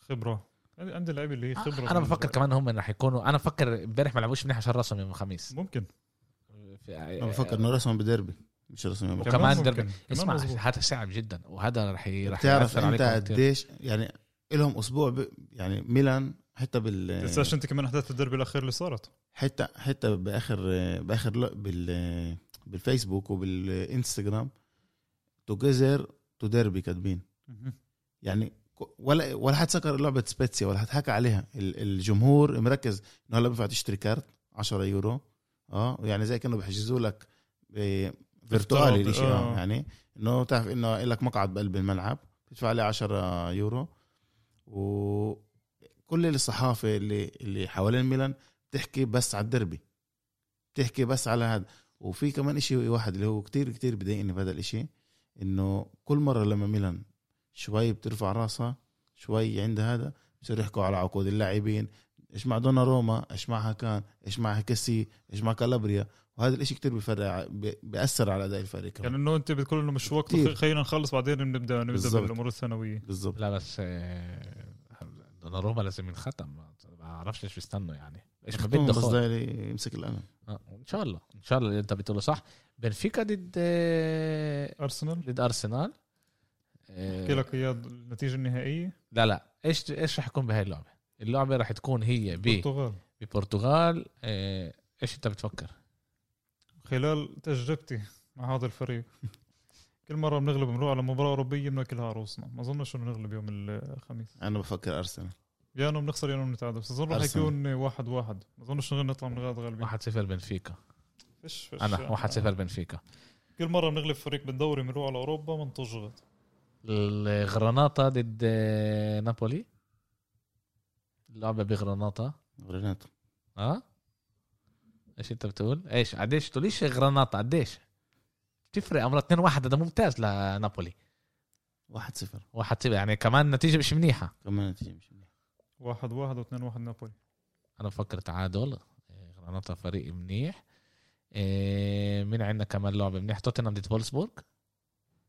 C: خبره عند- عند اللعيبه اللي هي خبره
A: انا
C: بال-
A: آه، بفكر كمان هم رح يكونوا انا بفكر امبارح ما لعبوش منيح عشان راسهم يوم الخميس
C: ممكن
A: في-
B: انا بفكر انه رسم بديربي مش رسم يوم
A: وكمان
C: كمان ممكن.
A: دربي
C: كمان
A: اسمع
C: مزبوط.
A: هذا صعب جدا وهذا رح ي- رح
B: بتعرف
A: يأثر
B: انت
A: عليكم كتير.
B: قديش يعني لهم اسبوع ب... يعني ميلان حتى بال
C: تنساش انت كمان احداث الدربي الاخير اللي صارت
B: حتى حتى باخر باخر لا- بال بالفيسبوك وبالانستغرام توجذر تو ديربي كاتبين يعني ك- ولا ولا حد سكر لعبه سبيتسيا ولا حد حكى عليها ال- الجمهور مركز انه هلا بينفع تشتري كارت 10 يورو اه يعني زي كانوا بيحجزوا لك إيه، فيرتوالي
C: افتراضي،
B: الشيء
C: آه.
B: آه. يعني انه تعرف انه لك مقعد بقلب الملعب بتدفع عليه 10 يورو وكل الصحافه اللي اللي حوالين ميلان بتحكي بس على الدربي بتحكي بس على هذا وفي كمان اشي واحد اللي هو كتير كتير بضايقني بهذا الاشي انه كل مره لما ميلان شوي بترفع راسها شوي عند هذا بصيروا يحكوا على عقود اللاعبين ايش مع دونا روما ايش معها كان ايش مع كسي ايش مع كالابريا وهذا الاشي كتير بفرق ب- بأثر على اداء الفريق كمان.
C: يعني انه انت بتقول انه مش وقت
B: كتير.
C: خلينا نخلص بعدين نبدا نبدا
B: بالظبط.
C: بالامور الثانويه
B: بالضبط
A: لا بس آه، دوناروما لازم ينختم ما بعرفش ليش بيستنوا يعني ايش ما بده
B: بس
A: خلق.
B: دايري يمسك القلم
A: آه، ان شاء الله ان شاء الله اللي انت بتقوله صح بنفيكا ضد آه،
C: ارسنال
A: ضد ارسنال آه،
C: احكي لك اياه النتيجه النهائيه
A: لا لا ايش ايش رح يكون بهاي اللعبه اللعبه رح تكون هي ب-
C: البرتغال
A: ببرتغال آه، ايش انت بتفكر
C: خلال تجربتي مع هذا الفريق كل مره بنغلب بنروح على مباراه اوروبيه بناكلها على رؤوسنا ما اظنش انه نغلب يوم الخميس
B: انا بفكر ارسنال
C: يا انه بنخسر يا انه بنتعادل بس اظن رح
B: أرسنال.
C: يكون واحد واحد ما اظنش انه نطلع من غاد غالبين
A: 1-0 بنفيكا
C: فش فش
A: انا 1-0 بنفيكا
C: كل مره بنغلب فريق بالدوري بنروح على اوروبا بنطجغط
A: الغرناطه ضد آه، نابولي اللعبه بغرناطه
B: غرينات
A: اه ايش انت بتقول؟ ايش قديش تقوليش غرناطه قديش؟ تفرق امرها 2 1 ده ممتاز لنابولي
B: 1-0
A: واحد صفر يعني كمان نتيجه مش منيحه
B: كمان نتيجة مش منيحة.
C: واحد واحد واثنين واحد نابولي
A: انا بفكر تعادل إيه، غرناطه فريق منيح إيه، مين عندنا كمان لعبه منيح توتنهام ضد فولسبورغ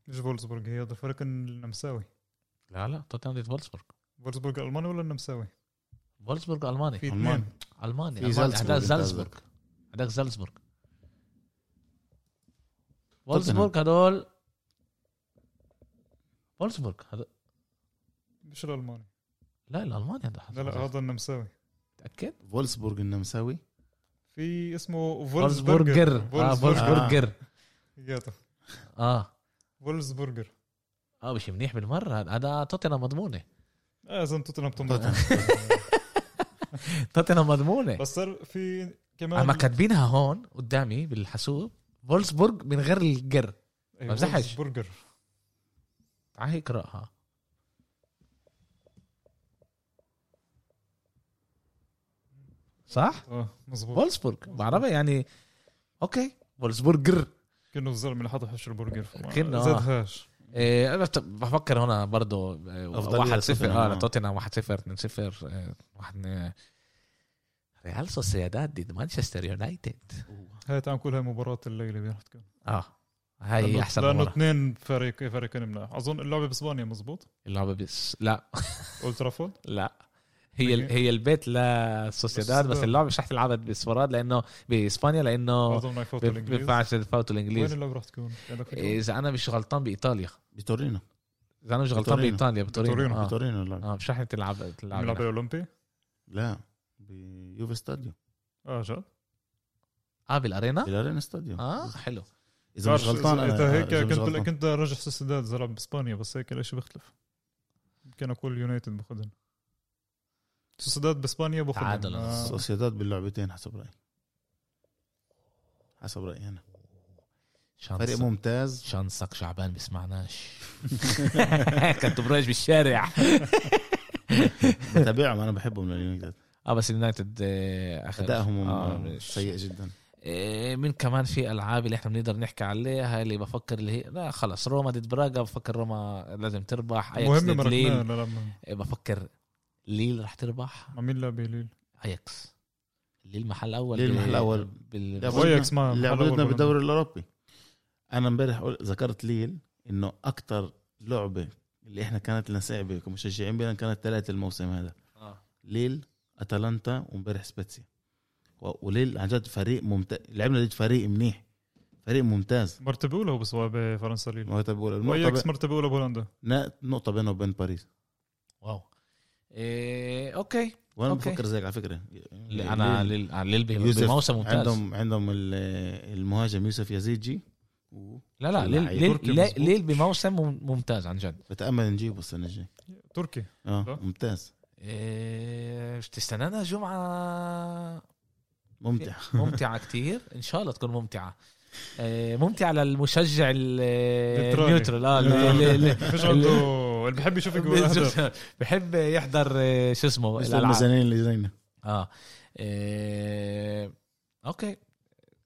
C: مش فولسبورغ هي هذا الفريق النمساوي
A: لا لا توتنهام ضد فولسبورغ
C: فولسبورغ الماني ولا النمساوي؟
A: فولسبورغ الماني
C: في
B: ألماني.
C: اثنين
A: الماني
B: في
A: ألماني. هداك
B: زالزبورغ أنت
A: زالزبورغ
B: قصدك.
A: هداك زالزبورغ فولسبورغ هدول فولسبورغ هدول
C: مش الالماني
A: لا الالماني هذا
C: لا لا هذا النمساوي
A: تاكد
B: فولسبورغ النمساوي
C: في اسمه
A: فولسبورغر
C: فولسبورغر
A: اه
B: آه،
A: فولسبورغر
C: فولسبورغر
A: اه
C: فولسبورغر
A: اه مش منيح بالمره هذا- هذا توتنهام مضمونه
C: اه زين توتنهام بتنضم
A: توتنهام مضمونه
C: بس صار في كمان
A: اما كاتبينها هون قدامي بالحاسوب فولسبورغ من غير الجر
C: أي
A: ما بزحش.
C: فولسبورغر
A: تعال هيك اقراها صح؟
C: اه مزبوط
A: فولسبورغ بعربي يعني اوكي فولسبورغر
C: كأنه الزلمه اللي حاطط حش البرجر فوق.
A: كأنه، آه.
C: زاد هاش
A: إيه انا بت- بفكر هنا آه، برضه
B: أفضلية
A: 1 0
B: توتنهام،
A: اه
B: آه.
A: توتنهام 1 0 2 0 1 ريال سوسيداد ضد مانشستر يونايتد
C: هاي تعال نقول هاي مباراه الليله اللي رح تكون
A: اه هاي
C: لأنه-
A: احسن
C: لانه
A: مباراة.
C: اثنين فريق فريقين مناح اظن اللعبه باسبانيا مزبوط
A: اللعبه بس لا
C: اولد ترافورد
A: لا هي هي البيت لسوسيداد بس
C: بس-
A: اللعبه مش رح تلعبها بسفراد لانه باسبانيا لانه
C: اظن هاي فوت
A: ما
C: الانجليز
A: ينفعش يفوتوا
C: وين
A: الانجليز
C: اللعبه رح تكون؟ عندك فكرة؟
A: اذا انا مش غلطان بايطاليا
B: بتورينو
A: اذا انا مش غلطان
B: بتورينو.
A: بايطاليا بتورينو
C: بتورينو،
A: آه.
B: بتورينو اللعبة
A: اه مش رح تلعب تلعب
C: نلعب
A: هناك.
C: الاولمبي؟
B: لا بيوفي ستاديو
C: اه جد
A: اه بالارينا
B: الارينا ستاديو
A: اه حلو
B: اذا مش
C: بعرفش
B: غلطان
C: إذا- إذا
B: انا
C: هيك
B: إذا مش
C: كنت
B: غلطان.
C: كنت رجح سوسيداد اذا لعب باسبانيا بس هيك الاشي بيختلف يمكن اقول يونايتد باخذهم سوسيداد باسبانيا باخذهم
A: تعادل.
C: آه.
B: سوسيداد باللعبتين حسب رايي حسب رايي انا فريق
A: شانسك
B: ممتاز
A: شانسك شعبان بسمعناش كنت برايش بالشارع
B: بتابعهم انا بحبهم لليونايتد
A: اه بس اليونايتد آه، اخر
B: ادائهم
A: آه،
B: آه
A: مش-
B: سيء جدا
A: إيه، من كمان في العاب اللي احنا بنقدر نحكي عليها اللي بفكر اللي هي لا خلص روما ضد براغا بفكر روما لازم تربح اياكس
C: مهم
A: ضد
C: مركنا
A: ليل
C: لما
A: إيه، بفكر ليل رح تربح
C: مع مين لعب ليل؟
A: اياكس ليل محل اول
B: ليل
A: بال-
B: محل أول.
A: بال...
C: أبو أياكس ما-
B: لعبتنا
C: حلو
B: بالدوري الاوروبي انا امبارح قل- ذكرت ليل انه اكثر لعبه اللي احنا كانت لنا صعبه كمشجعين بينا كانت ثلاثه الموسم هذا
A: آه.
B: ليل اتلانتا وامبارح سبيتسيا و- وليل عن جد فريق ممتاز لعبنا ضد فريق منيح فريق ممتاز
C: مرتبه اولى هو بس هو بفرنسا ليل
B: ما هو تبقول النقطه
C: واياكس
B: ب...
C: مرتبه اولى بهولندا
B: نا- نقطه بينه وبين باريس
A: واو إيه... اوكي
B: وانا
A: أوكي.
B: بفكر زيك على فكره
A: انا
B: ليل-
A: ليل آه، ليل بي-
B: يوسف
A: بموسم ممتاز
B: عندهم عندهم ال- المهاجم يوسف يزيجي و-
A: لا لا ليل
B: لعيب
A: ليل,
C: تركي
A: ليل,
C: مظبوط.
A: ليل بموسم مم- ممتاز عن جد
B: بتامل نجيبه السنه الجايه
C: تركي
B: اه
C: لا.
B: ممتاز
A: إيه... تستنانا جمعه
B: ممتع
A: ممتعة كتير إن شاء الله تكون ممتعة آه، ممتعة للمشجع ال-
C: نيوترالي.
A: النيوترال آه، ال- ال- ال-
C: مش عنده اللي بحب يشوف يقول أهداف.
A: بحب يحضر آه، شو اسمه
B: مثل
A: الألعاب
B: الميزانيه اللي زينا
A: اه آه، أوكي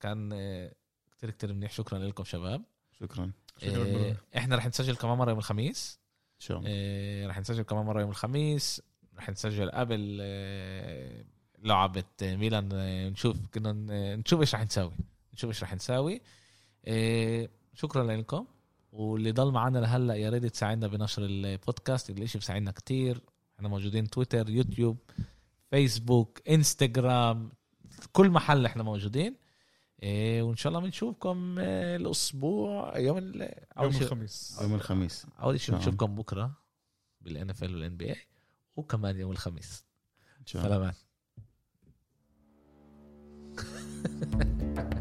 A: كان آه، كتير كتير منيح شكرا لكم شباب
B: شكرا ان
C: شكراً
A: آه،
C: بالله.
A: احنا رح نسجل كمان مرة يوم الخميس
B: شاء الله
A: آه، رح نسجل كمان مرة يوم الخميس رح نسجل قبل آه، لعبة آه، ميلان آه، نشوف كنا آه، نشوف ايش رح نسوي نشوف ايش رح نساوي إيه شكرا لكم واللي ضل معنا لهلا يا ريت تساعدنا بنشر البودكاست الاشي بيساعدنا كتير احنا موجودين تويتر يوتيوب فيسبوك انستغرام كل محل احنا موجودين إيه وان شاء الله بنشوفكم إيه، الاسبوع يوم ال-
C: يوم
A: أول شي-
C: الخميس
B: يوم الخميس
A: اول شيء
B: نعم.
A: بنشوفكم بكره بالان اف ال والان بي اي وكمان يوم الخميس
B: إن شاء الله.
A: سلامات